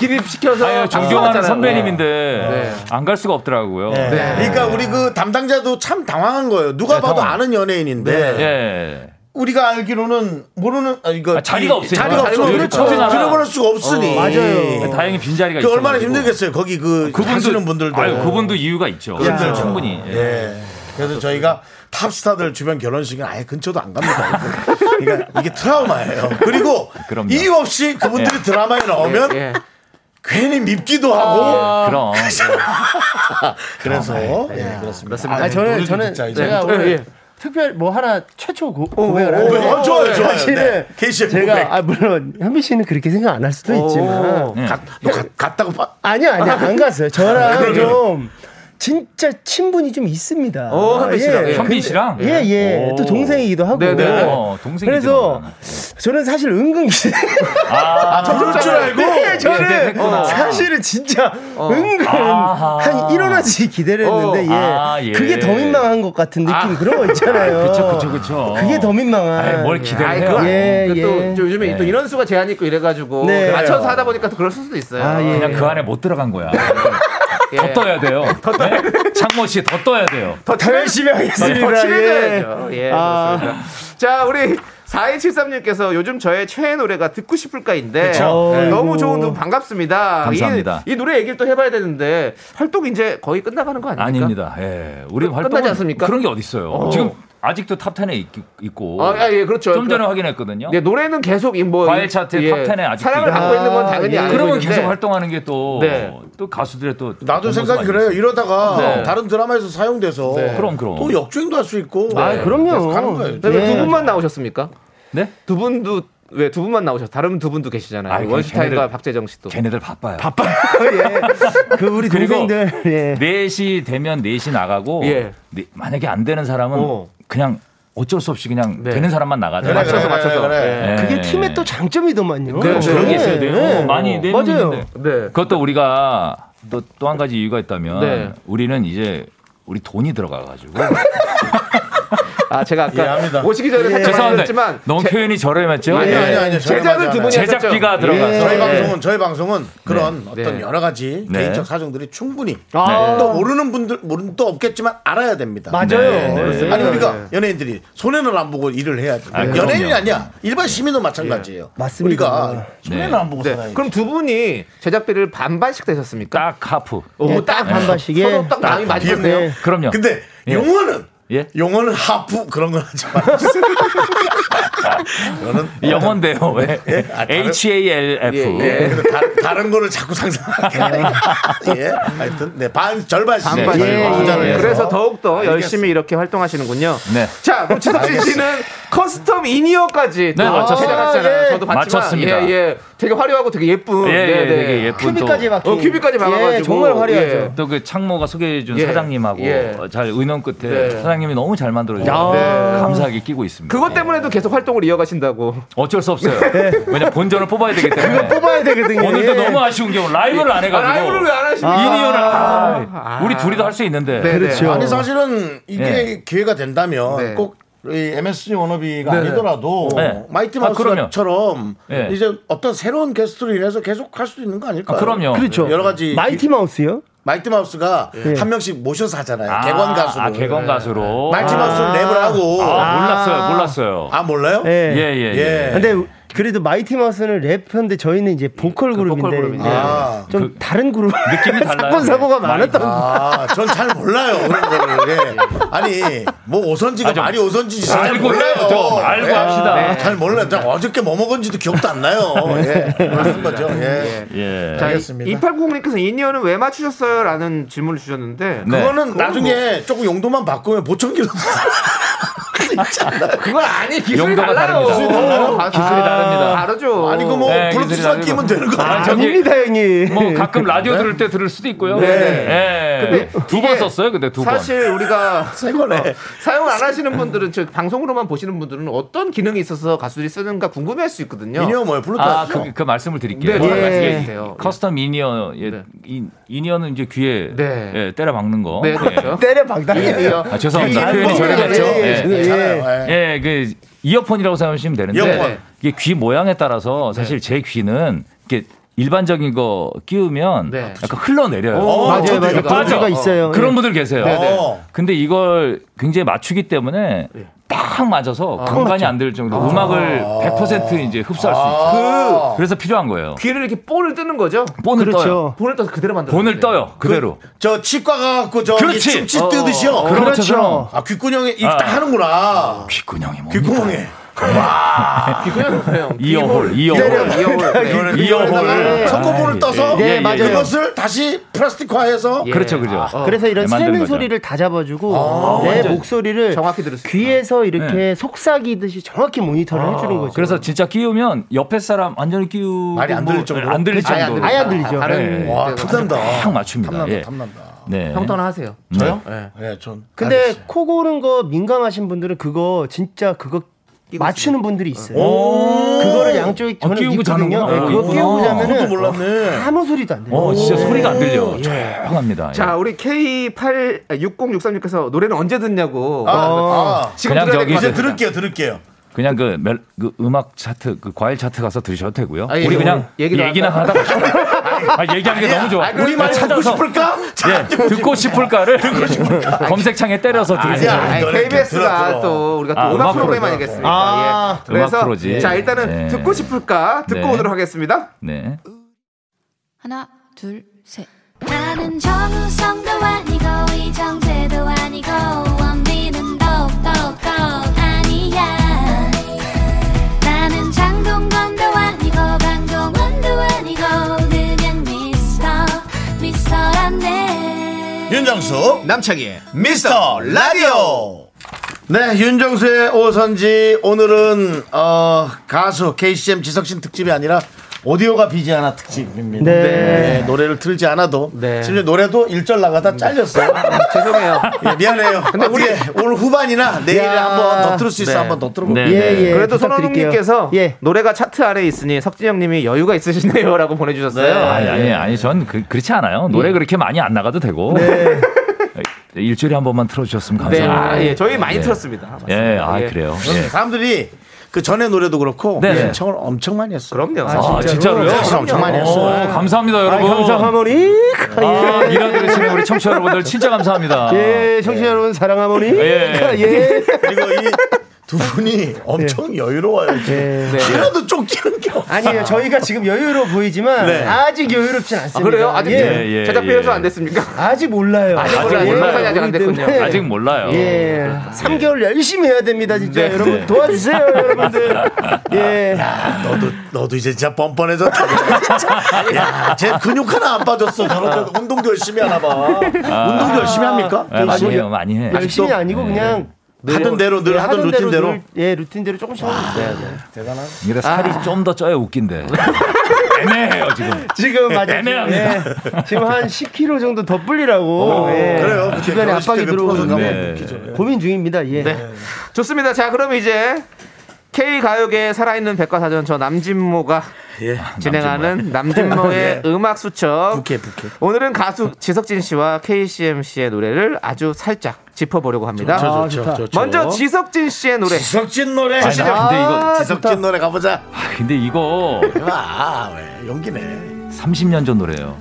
기립시켜서
아유, 존경하는 선배님인데 안 갈 수가 없더라고요.
네. 그러니까 우리 그 담당자도 참 당황한 거예요. 누가
네,
봐도
당황.
아는 연예인인데
예.
우리가 알기로는 모르는 아, 이거
아, 자리가
이-
없으니까.
자리가 없어.
자리가
그렇죠.
없으니까.
들어버릴 수가 없으니.
어, 맞아요. 다행히 빈자리가
그 얼마나
있어가지고.
힘들겠어요. 거기 그
그분도-
하시는 분들도.
아유, 그분도 이유가 있죠.
그렇죠.
충분히.
예.
예.
그래서 저희가 탑스타들 주변 결혼식은 아예 근처도 안 갑니다. 그러니까 이게 트라우마예요. 그리고
그럼요.
이유 없이 그분들이
예.
드라마에 나오면
예, 예.
괜히 밉기도 하고.
예, 그럼. 아,
그래서
네.
예, 그렇습니다.
아, 저는 저는
네,
제가 오늘 특별 뭐 하나 최초 고, 고백을 하는데
고백. 어, 좋아요, 좋아요. 네.
사실은
KCM 고백.
제가 아, 물론 현빈 씨는 그렇게 생각 안 할 수도 있지만
가- 너 가- 갔다고 봐.
아니요, 아니요. 안 갔어요.
아,
저랑
그래요?
좀 진짜 친분이 좀 있습니다.
오, 현빈 씨랑?
예,
현빈
근데-
씨랑?
예, 예.
오.
또 동생이기도 하고.
네네. 어, 동생이기도
그래서 저는 사실 은근 기
아,
부를 줄 알고? 네, 저는
네, 했구나.
사실은 진짜
어.
은근
아하.
한 1원어치 기대를 했는데
어.
예.
아, 예. 아.
그게 더 민망한 것 같은 느낌 그런 거 있잖아요.
그쵸, 그쵸, 그쵸.
게더 민망한.
아이, 뭘 기대를
아이,
해요.
그거 예,
그
예.
또 요즘에 또 이런 수가 제한이 있고 이래가지고
네.
맞춰서
그래요.
하다 보니까 또 그럴 수도 있어요.
그냥 그 안에 못 들어간 거야.
예.
더 떠야 돼요. 네? 창모 씨 더 떠야 돼요.
더
네.
열심히 하겠습니다.
더
예.
친해져야죠. 예,
아.
그렇습니다. 자, 우리 4273님께서 요즘 저의 최애 노래가 듣고 싶을까인데
그쵸.
네, 너무
아이고.
좋은 분 반갑습니다.
감사합니다.
이, 이 노래 얘기를 또 해봐야 되는데 활동 이제 거의 끝나가는 거 아닙니까?
아닙니다. 예. 우리
끝-
활동
끝나지 않습니까?
그런 게 어디 있어요.
어.
지금 아직도 탑 10에 있, 고
아, 아, 예, 그렇죠.
좀 전에
그럼-
확인했거든요.
네, 노래는 계속 이 뭐.
과일 차트
예,
탑 10에 아직 예.
사랑을 받고 있는 건
예.
당연히 알고
그러면
있는데.
계속 활동하는 게 또 또
네.
가수들의 또
나도
모습
생각이
아니겠어요?
그래요. 이러다가
네.
다른 드라마에서 사용돼서
네. 그럼, 그럼.
또 역주행도 할 수 있고.
네.
그래서 가는 거예요.
네, 왜두 분만 나오셨습니까? 네? 두 분도 왜 두 분만 나오셨? 다른 두 분도 계시잖아요.
아이,
원슈타인과
걔네들-
박재정 씨도.
걔네들 바빠요.
바빠요. 그 우리
그리고
동생들.
네,
예.
4시 되면 4시 나가고
예.
네- 만약에 안 되는 사람은
어.
그냥 어쩔 수 없이 그냥
네.
되는 사람만 나가죠.
그래, 맞춰서, 그래, 맞춰서.
예.
그게 팀의 또 장점이더만요.
그래, 그런 게 있어야 돼요.
네.
어, 많이 내는
맞아요.
분인데. 그것도 우리가 또 또 한 가지 이유가 있다면
네.
우리는 이제 우리 돈이 들어가 가지고
아 제가 아까 이해합니다. 오시기 전에 살짝 말씀드렸지만
너무 표현이 저렴했죠?
아니,
네.
아니, 예. 아니, 저렴하지 않아요. 네.
제작비가 들어가서
저희 방송은 저희 방송은 그런 어떤
네.
여러 가지
네.
개인적 사정들이 충분히
아.
또 모르는 분들 모르는 또 없겠지만 알아야 됩니다.
맞아요. 네, 네. 그렇습니다.
아니 우리가
네.
연예인들이 손해는 안 보고 일을 해야죠.
아, 그럼요.
연예인이 아니야 일반 시민도 마찬가지예요.
맞습니다.
우리가 손해는 안 보고 살아야죠.
그럼 두 분이 제작비를 반반씩 되셨습니까?
딱 하프.
오, 딱
네.
반반씩.
예.
서로 딱 마음이
딱
맞네요.
비었네요.
그럼요.
근데
예.
용어는
예?
용어는 하프 그런 건 하지 말아주세요. 저는
영어인데요. 왜? H A L F.
예, 근데 다, 다른 거를 자꾸 상상하게. 예. 하여튼 네, 반 절반씩
반반.
예, 투자를 해서.
그래서 더욱 더
알겠습니다.
열심히 이렇게 활동하시는군요.
네.
자, 그럼 지석진 씨는 커스텀 이니어까지
네, 맞췄습니다.
제작했잖아요.
아, 예.
저도 봤지만
맞췄습니다.
예, 예. 되게 화려하고 되게 예쁜. 네,
예, 예, 되게 예쁜 큐비까지 또- 막힌.
어, 큐비까지 막아가지고 예.
또 그 창모가 소개해준
예.
사장님하고
예.
잘 의논 끝에
네.
사장님이 너무 잘 만들어주셔서
야. 네.
감사하게 끼고 있습니다.
그것 때문에도 계속 활동을 이어가신다고.
어쩔 수 없어요. 왜냐 면 본전을 뽑아야 되기 때문에.
네. 뽑아야 되거든요. 예.
오늘도 너무 아쉬운 경우 라이브를 안 네, 해가지고.
아, 그렇죠. 라이브를 왜안 하십니까? 네,
이니어를 아,
아.
우리 둘이 다 할 수 있는데.
아니 사실은 이게
네.
기회가 된다면
네.
꼭. 이 MSG 워너비가
네.
아니더라도
네.
마이티
아, 그럼요.
마우스처럼
네.
이제 어떤 새로운 게스트로 인해서 계속 할 수도 있는 거 아닐까요?
아, 그럼요.
그렇죠.
여러 가지
마이티 마우스요?
마이티 마우스가
예.
한 명씩 모셔서 하잖아요.
아,
개관 가수로.
아,
네.
개건 가수로.
마이티 마우스
아.
랩을 하고.
아, 몰랐어요, 몰랐어요.
아 몰라요?
예.
예, 예. 예.
근데 그래도 마이티 마우스는 랩인데 저희는 이제 보컬 그룹인데
그룹인데.
예.
아.
좀 다른 그룹
느낌이 달라요.
사건 사고가 많았던
아, 전 잘 몰라요 그런 거를. 예. 아니, 뭐 오선지가 말이 오선지지 잘
알고
몰라요.
해요, 좀. 알고 합시다.
네. 잘 몰라요. 저 어저께 뭐 먹었는지도 기억도 안 나요. 예. 그런 거죠. 예.
예.
자,
알겠습니다.
2890님께서 이니어는 왜 맞추셨어요? 라는 질문을 주셨는데.
네.
그거는 나중에
뭐
조금 용도만 바꾸면 보청기로
그건 아니 기술이
용도가
달라요.
다릅니다. 기술이 달라요?
아,
아.
어,
다르죠. 예.
아니, 그거 뭐 네, 블루투스 기술이 다르죠. 끼면 되는 거 아니에요?
아닙니다, 형님.
뭐 가끔 라디오 들을 때 들을 수도 있고요.
네.
네. 두 번 썼어요, 근데 두 번.
사실 우리가
어,
사용을 안 하시는 분들은 저 방송으로만 보시는 분들은 어떤 기능이 있어서 가수들이 쓰는가 궁금해할 수 있거든요.
뭐
아,
그렇죠.
어,
그, 그 말씀을
네,
드릴게요.
네,
예.
말씀해 주세요. 네.
커스텀 이니어, 예, 이- 이니어는 이제 귀에 예, 때려 박는 거.
네,
예.
그렇죠.
때려 박다니. 예.
이니어.
아, 죄송합니다.
이니어.
표현이 저렴했죠.
예, 예,
예,
예.
예. 예, 그 이어폰이라고 생각하시면 되는데
이어폰.
이게 귀 모양에 따라서 사실 제 귀는 이렇게 일반적인 거 끼우면 약간 흘러내려요.
어, 맞아요, 저도요. 맞아요. 그런
빠져.
경우가 있어요.
그런
예.
분들 계세요.
네, 네.
근데 이걸 굉장히 맞추기 때문에 딱 맞아서 공간이 안 될 정도 로 음악을 100% 이제 흡수할 수 있죠. 그래서 필요한 거예요.
귀를 이렇게 본을 뜨는 거죠.
본을 그렇죠. 떠요.
본을 떠서 그대로 만들어.
본을 떠요. 그대로.
저 치과 가갖고 저
그렇지.
춤치
어,
뜨듯이요.
어, 그런
그렇죠.
것처럼.
아, 귓구녕에 이딱
아.
하는구나.
귓구녕이 뭐?
귓구멍에.
그냥
이어홀,
때려.
이어홀, 이어홀, 이어홀.
석고보를 떠서
예, 예, 예.
그것을 다시 플라스틱화해서
그렇죠, 그렇죠.
아.
어.
그래서 이런
네, 만드는
새는
거죠.
소리를 다 잡아주고 내
완전
목소리를
네.
귀에서 이렇게 속삭이듯이 정확히 모니터를
아,
해주는 거죠.
그래서 진짜 끼우면 옆에 사람 완전히 끼우고
말이 안 들릴 정도로?
안 들릴
아예 안
정도로
들리죠. 아예 안 들리죠. 다른
와, 탐난다.
딱 맞춥니다.
탐난다,
예.
탐난다.
네.
형도나 하세요.
저요?
네.
예, 전.
근데 코 고는 거 민감하신 분들은 그거 진짜 그거 맞추는 분들이 있어요.
오.
어,
그거를 양쪽에
아,
저는
끼우고
있거든요.
자는구나.
네, 그거
아,
끼우고
있구나.
자면은
그것도 몰랐네.
아무 소리도 안 예. 들려.
어, 진짜 소리가 안 들려. 조용합니다. 예.
자, 우리 K8 6036께서 노래는 언제 듣냐고.
아,
지금
그냥
들어야 될것
저기 이제
같아요.
들을게요,
들을게요.
그냥 그, 멜- 그 음악 차트, 그 과일 차트 가서 들으셔도 되고요.
아, 예,
우리
예.
그냥
얘기도
얘기나
안 하다가.
하다가 아, 얘기하는 게
아니야.
너무 좋아.
아, 그럼 우리만
찾아서-
듣고 싶을까?
예, 듣고 싶을까를 검색창에 때려서 들으세요.
아니야, 아니, KBS가 또 우리가 또
아,
음악,
음악
프로그램
프로죠.
아니겠습니까?
아,
예. 그래서
음악 프로지.
자 일단은
네.
듣고 싶을까 듣고
네.
오도록 하겠습니다.
네.
하나, 둘, 셋.
나는 정우성도 아니고 이정재도 아니고 원빈은 더욱더
아니야 나는 장동건도 아니고 방종원도 아니고 그냥 미스터 미스터란데
예,
윤정수 남창희의 미스터 라디오
네, 윤정수의 오선지 오늘은 어, 가수 KCM 지석진 특집이 아니라 오디오가 비지 않아 특집입니다.
네.
노래를 틀지 않아도 심지어 노래도 일절 나가다 잘렸어요.
죄송해요.
예,
미안해요. 근데 우리 오늘 후반이나 내일에
야.
한번 더 들을 수 있어
네.
한번 더 들어볼게요. 예,
네, 네. 그래도 손원웅님께서 노래가 차트 아래에 있으니 석진 형님이 여유가 있으시네요라고 보내주셨어요.
아니 아니 아니 전 그, 렇지 않아요. 노래
예.
그렇게 많이 안 나가도 되고 일주일에 한 번만 틀어주셨으면
네,
감사합니다.
아, 예, 저희 많이
예.
틀었습니다.
예, 아 그래요. 예.
그러니까 사람들이 그 전에 노래도 그렇고 예. 어,
네네.
신청을 엄청 많이 했어요.
그럼요.
아, 진짜로. 요
사실 엄청 많이 했어요.
감사합니다, 여러분.
감사하모니.
아, 밀어드리시는 우리 청취자 여러분들 진짜 감사합니다.
예, 청취자 여러분 사랑하모니.
예.
예.
어, 두 분이 엄청 여유로워요.
네.
이라도 쫓기는 게 없어.
아니에요. 저희가 지금 여유로 보이지만
네.
아직 여유롭진 않습니다.
아, 그래요? 아직
예,
제작
예.
비해서 안 됐습니까?
아직 몰라요.
아직 아직 몰라요. 몰라요. 예산이 아직 안 됐군요.
때문에.
아직 몰라요.
예. 3개월 열심히 해야 됩니다, 진짜.
네.
여러분
네.
도와주세요, 여러분들. 예.
아, 너도 너도 이제 진짜 뻔뻔해졌다. 진짜. 야, 쟤 근육 하나 안 빠졌어. 저런 데 운동도 열심히 하나 봐. 운동도 열심히 합니까?
아, 많이
열심히
해요, 많이 해.
열심히 아니고 그냥
하던 대로 네, 늘
예,
하던 루틴대로.
늘, 예, 루틴대로 조금씩 하고 있어요. 대단한.
이게 살이 좀 더 쪄야 웃긴데. 애매해요 지금.
지금 맞아.
애매합니다.
예. 지금 한 10kg 정도 더 불리라고. 예.
어, 그래요.
주변에 압박이 들어오고
네.
고민 중입니다. 예.
좋습니다. 자, 그럼 이제 K 가요계에 살아있는 백과사전 저 남진모가
예,
진행하는 남진모의 음악 수첩. 오늘은 가수 지석진 씨와 KCM 씨의 노래를 아주 살짝 짚어보려고 합니다.
좋죠, 좋죠, 아, 좋다. 좋죠.
먼저 지석진 씨의 노래.
지석진 노래.
아니, 나 근데 이거-
지석진 노래 가보자.
아, 근데 이거
아, 왜 용기네.
30년 전 노래예요.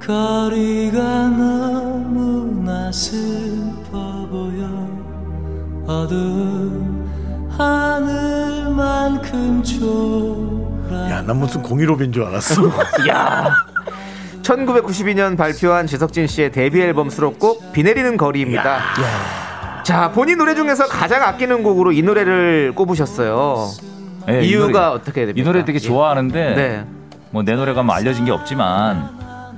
거리가 너무나 슬퍼 보여 어두운 하늘만큼 초라
야, 난 무슨 공일오빈 줄 알았어.
야 1992년 발표한 지석진 씨의 데뷔 앨범 수록곡 비 내리는 거리입니다. 자, 본인 노래 중에서 가장 아끼는 곡으로 이 노래를 꼽으셨어요.
예, 이
이유가
노래-
어떻게 됩니까?
이 노래 되게 좋아하는데
네.
뭐 내 노래가 뭐 알려진 게 없지만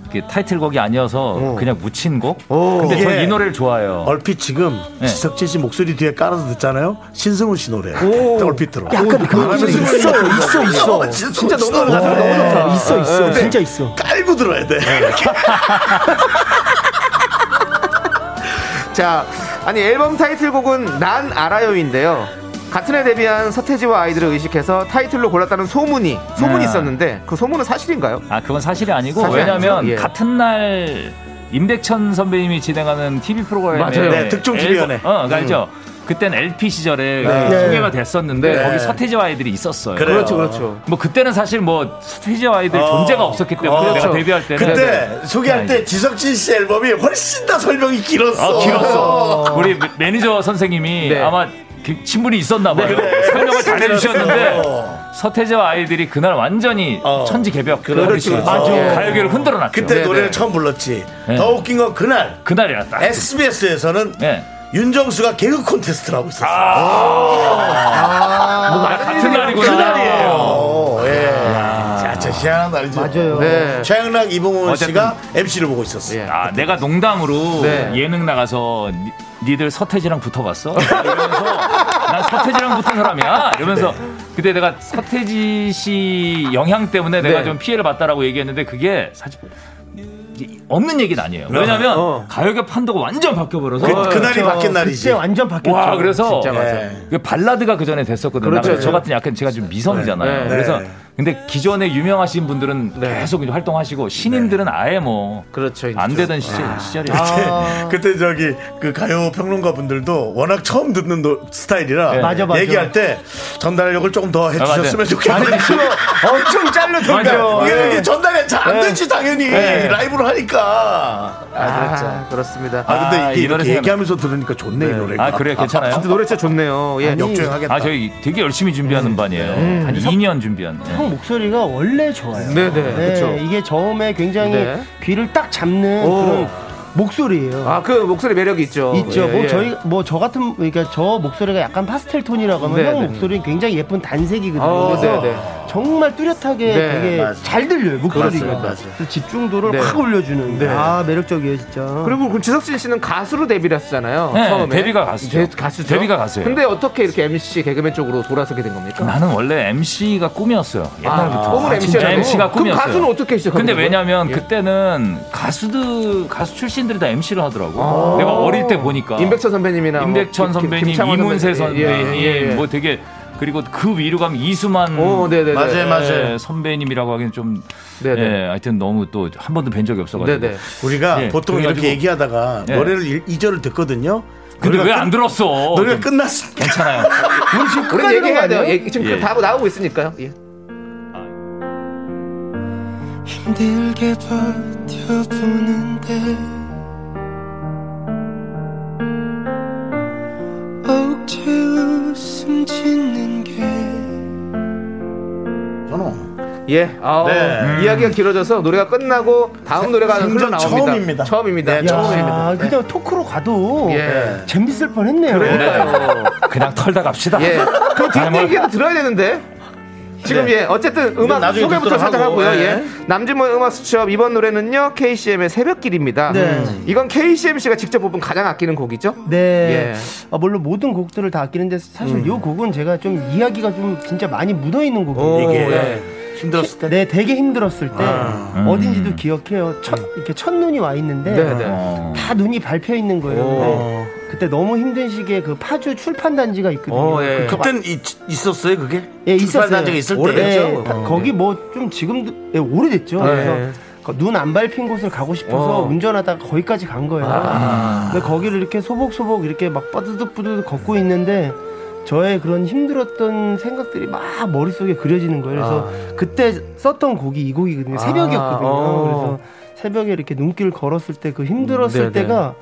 이게 타이틀곡이 아니어서 그냥 묻힌 곡. 근데 저는
이게
이 노래를 좋아해요.
어. 예. 얼핏 지금
네.
지석진 씨 목소리 뒤에 깔아서 듣잖아요. 신승훈 씨 노래. 딱 얼핏 들어.
약간 그 느낌이 있어, 있어, 있어.
진짜 너무
네.
너무 좋다.
있어, 있어.
근데
진짜 있어.
깔고 들어야 돼.
자, 아니 앨범 타이틀곡은 난 알아요인데요. 같은 해 데뷔한 서태지와 아이들을 의식해서 타이틀로 골랐다는 소문이 소문이
네.
있었는데 그 소문은 사실인가요?
아 그건 사실이 아니고
사실이
왜냐하면
아니죠? 예.
같은 날 임백천 선배님이 진행하는 TV 프로그램에
맞아요. 네,
특종
앨범-
TV 연애. 음.
어, 그러니까 알죠. 그땐 LP 시절에
네.
그 소개가 됐었는데
네.
거기 서태지와 아이들이 있었어요.
그래요. 그렇죠,
그렇죠.
뭐 그때는 사실 뭐 서태지와 아이들
어.
존재가 없었기 때문에
어.
내가 데뷔할 때는
그때
네.
소개할 때 지석진 씨 앨범이 훨씬 더 설명이 길었어.
아, 길었어. 우리 매- 매니저 선생님이
네.
아마 그 친분이 있었나
네,
봐요. 설명을 잘
어.
해주셨는데 서태지와 아이들이 그날 완전히 천지개벽
그렇지,
그렇죠.
그렇죠. 맞아.
가요계를 흔들어놨죠.
그때
네,
노래를
네.
처음 불렀지.
네.
더 웃긴 건 그날
그날이야 딱.
SBS에서는
네.
윤정수가 개그 콘테스트를 하고 있었어.
아, 같은 날이구나.
그날이에요. 예. 자, 진짜 희한한 날이죠. 맞아요.
네.
최양락 이봉훈
어쨌든.
씨가 MC를 보고 있었어.
예.
아, 내가 농담으로
네.
예능 나가서 니, 들 서태지랑 붙어봤어? 이러면서 난 서태지랑 붙은 사람이야. 이러면서 그때 내가 서태지 씨 영향 때문에 내가
네.
좀 피해를 봤다라고 얘기했는데 그게 사실 없는 얘기는 아니에요. 왜냐하면
어.
가요계 판도가 완전 바뀌어버려서
그, 그날이 바뀐 날이지. 네.
그때 완전 바뀌었죠.
와 그래서
진짜 맞아요.
그 발라드가 그 전에 됐었거든요.
그렇죠.
그래서 저 같은 약간 제가 좀 미성이잖아요.
네.
그래서
네.
근데 기존에 유명하신 분들은 계속 이제 활동하시고 신인들은 아예 뭐 안
네. 그렇죠. 이제.
되던 시절, 시절이었죠.
그때 저기 그 가요 평론가 분들도 워낙 처음 듣는 노- 스타일이라
네.
맞아, 맞아.
얘기할 때 전달력을 조금 더 해주셨으면 좋겠는데
엄청 잘르던가요
어,
이게,
예.
이게 전달이 잘 안 되지 당연히
네.
라이브로 하니까
아, 그렇습니다.
아 근데
아,
이게
이 노래
이렇게 얘기하면서 들으니까 좋네 이 노래가
아 그래 괜찮아요.
근데 노래 진짜 좋네요. 예.
역주행하겠다
아 저희 되게 열심히
네.
준비하는 반이에요. 한 2년 준비한. 네.
형 목소리가 원래 좋아요.
네네.
네,
그렇죠.
이게 저음에 굉장히
네.
귀를 딱 잡는
오.
그런 목소리예요.
아 그 목소리 매력이 있죠.
있죠.
예,
뭐
예.
저희 뭐 저 같은 그러니까 저 목소리가 약간 파스텔 톤이라고 하면
네,
형
네.
목소리는 굉장히 예쁜 단색이거든요.
어,
뭐 그래서
네, 네.
정말 뚜렷하게
네,
되게
맞아요.
잘 들려요 목소리가.
맞아요, 맞아요.
그래서 집중도를
네.
확 올려주는.
네.
아 매력적이에요 진짜.
그리고 그 지석진 씨는 가수로 데뷔를 했잖아요.
네,
처음에
데뷔가 가수죠.
데, 가수죠.
데뷔가 가수예요.
근데 어떻게 이렇게 MC 개그맨 쪽으로 돌아서게 된 겁니까?
나는 원래 MC가 꿈이었어요. 옛날부터.
아, 꿈은 MC 였다고?
진짜 MC가
그럼
꿈이었어요.
가수는 어떻게 시작한
근데
거예요?
왜냐면
예.
그때는 가수들 가수 출신들이 다 MC를 하더라고.
아.
내가 어릴 때 보니까
임백천 선배님이나 뭐
임백천
김- 김-
선배님,
김창완
이문세
선배님. 예,
선배님,
예, 예, 예.
뭐 되게 그리고 그 위로 가면 이수만
오, 네네네. 맞아요, 맞아요.
예, 선배님이라고 하긴 좀
네네. 네,
예, 하여튼 너무 또 한 번도 뵌 적이 없어가지고
우리가
예,
보통
그래가지고-
이렇게 얘기하다가
예.
노래를 1, 2절을 듣거든요.
근데
노래가
왜
끝-
안 들었어?
노래가 끝났어.
괜찮아요.
우리 지금
우리 얘기해야 돼요.
아니에요?
얘기- 지금
예.
다 나오고 있으니까요. 예.
힘들게 버텨보는데 억제 웃음 짓는 게
예. 아우,
네.
이야기가 길어져서 노래가 끝나고 다음 노래가
생전
흘러 나옵니다.
처음입니다. 네.
처음입니다.
네,
야, 아, 그냥 토크로 가도
예.
재밌을 뻔했네요.
그러니까요.
그냥 털다 갑시다.
예. 그
뭐-
뒷얘기도 들어야 되는데. 지금
네.
예 어쨌든 음악
나중에
소개부터
듣도록
살짝
하고,
하고요.
예.
예. 남진모의 음악 수첩 이번 노래는요 KCM의 새벽길입니다. 음.
네.
이건 KCM 씨가 직접 뽑은 가장 아끼는 곡이죠.
네.
예. 음.
아, 물론 모든 곡들을 다 아끼는데 사실 이 곡은 제가 좀 이야기가 좀 진짜 많이 묻어 있는
오,
곡이에요.
이게 예.
힘들었을 때. 네, 되게 힘들었을 때
아. 음.
어딘지도 기억해요. 첫 이렇게 첫 눈이 와 있는데
네, 어. 네.
다 눈이 밟혀 있는 거예요.
오.
근데 그때 너무 힘든 시기에 그 파주 출판 단지가 있거든요.
어, 예.
그거
그땐 있, 있었어요 그게?
예,
출판
있었어요.
단지가 있을 어. 때
예, 다- 거기 뭐 좀 지금도 예, 오래됐죠.
네.
그래서 눈 안 밟힌 곳을 가고 싶어서
어.
운전하다가 거기까지 간 거예요.
아.
근데 거기를 이렇게 소복소복 이렇게 막 빠드득빠드득 걷고 있는데 저의 그런 힘들었던 생각들이 막 머릿속에 그려지는 거예요. 그래서 그때 썼던 곡이 이 곡이거든요. 새벽이었거든요.
아. 어.
그래서 새벽에 이렇게 눈길 걸었을 때 그 힘들었을
음, 네네.
때가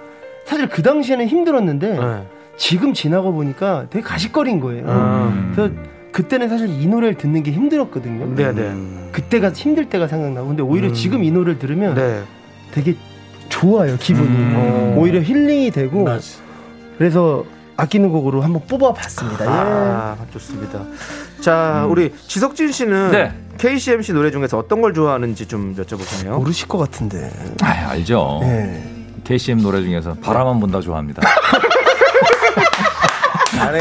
사실 그 당시에는 힘들었는데
네.
지금 지나고 보니까 되게 가식거린 거예요.
음.
그래서 그때는 사실 이 노래를 듣는 게 힘들었거든요.
네네.
그때가 힘들 때가 생각나고 근데 오히려
음.
지금 이 노래를 들으면
네.
되게 좋아요 기분이
음.
오히려 힐링이 되고 그래서 아끼는 곡으로 한번 뽑아봤습니다.
아, 좋습니다. 자, 우리 지석진 씨는
네.
KCM 씨 노래 중에서 어떤 걸 좋아하는지 좀 여쭤보세요.
모르실 것 같은데. 예.
아, 알죠. KCM 노래 중에서 바라만 본다 좋아합니다.
아니.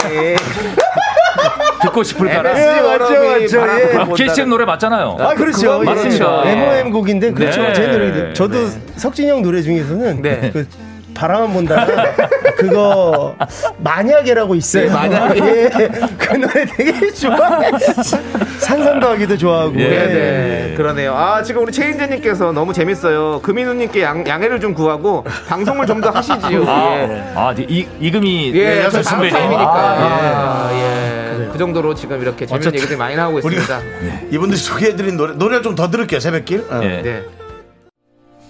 듣고 싶을
MSG
거라.
워너비 바라만
아,
본다는-
KCM 노래 맞잖아요.
아, 그렇죠.
맞습니다.
M.O.M 곡인데 그렇죠.
네.
제 노래 저도 석진이 형 노래 중에서는
네.
그 바라만 본다. 그거 만약에라고 있어요.
네, 만약에.
예, 그 노래 되게 좋아. 상상도 하기도 좋아하고.
네,
예.
네. 그러네요. 아, 지금 우리 체인재님께서 너무 재밌어요. 금인우님께 양, 해를좀 구하고 방송을 좀 더 하시지요.
아,
예.
아, 이제 이, 이금이
예,
네,
다음
선배님.
타임이니까.
아,
예. 아, 예. 그 정도로 지금 이렇게 재밌는
어쨌든
얘기들 많이 나오고
우리가
있습니다.
이분들이 소개해드린 노래 노래 좀 더 들을게요 새벽길. 어.
예.
네.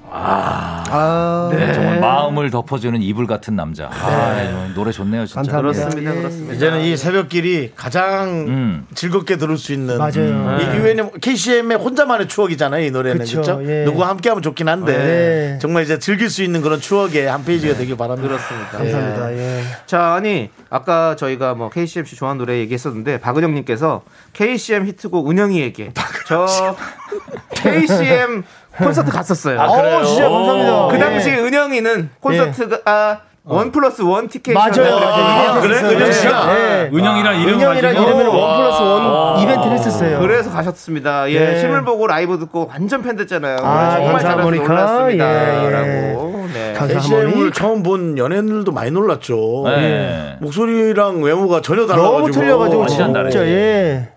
아, 네, 정말 마음을 덮어주는 이불 같은 남자. 아, 이거 노래 좋네요, 진짜.
그렇습니다, 그렇습니다. 이제는 이 새벽길이 가장
음.
즐겁게 들을 수 있는.
맞아요.
네.
이 이외에는 KCM의 혼자만의 추억이잖아요, 이 노래는.
그쵸,
그렇죠?
예. 네.
누구와 함께 하면 좋긴 한데. 정말 이제 즐길 수 있는 그런 추억의 한 페이지가 되길 바랍니다.
그렇습니다.
네.
감사합니다.
예.
자, 아니, 아까 저희가 뭐 KCM 씨 좋아하는 노래 얘기했었는데, 박은영님께서 KCM 히트곡 은영이에게 저 KCM 콘서트 갔었어요.
아, 그래요? 어우, 진짜 감사합니다.
그
예.
당시 은영이는 콘서트가 아, 원 플러스 원 티켓이
맞아요. 맞아요.
예.
그래? 은영 씨가?
네.
은영이랑 이름
은영이랑 이름을 원 플러스 원 이벤트를 했었어요.
그래서 가셨습니다. 예,
네.
실물 보고 라이브 듣고 완전 팬 됐잖아요.
아,
정말 잘해서
감사합니다.
놀랐습니다.
예, 예.
라고. 네.
아,
KCM을 처음 본 연예인들도 많이 놀랐죠.
네.
목소리랑 외모가 전혀 달라가지고. 어,
너무 틀려가지고
완전
진짜,
다르죠.
예.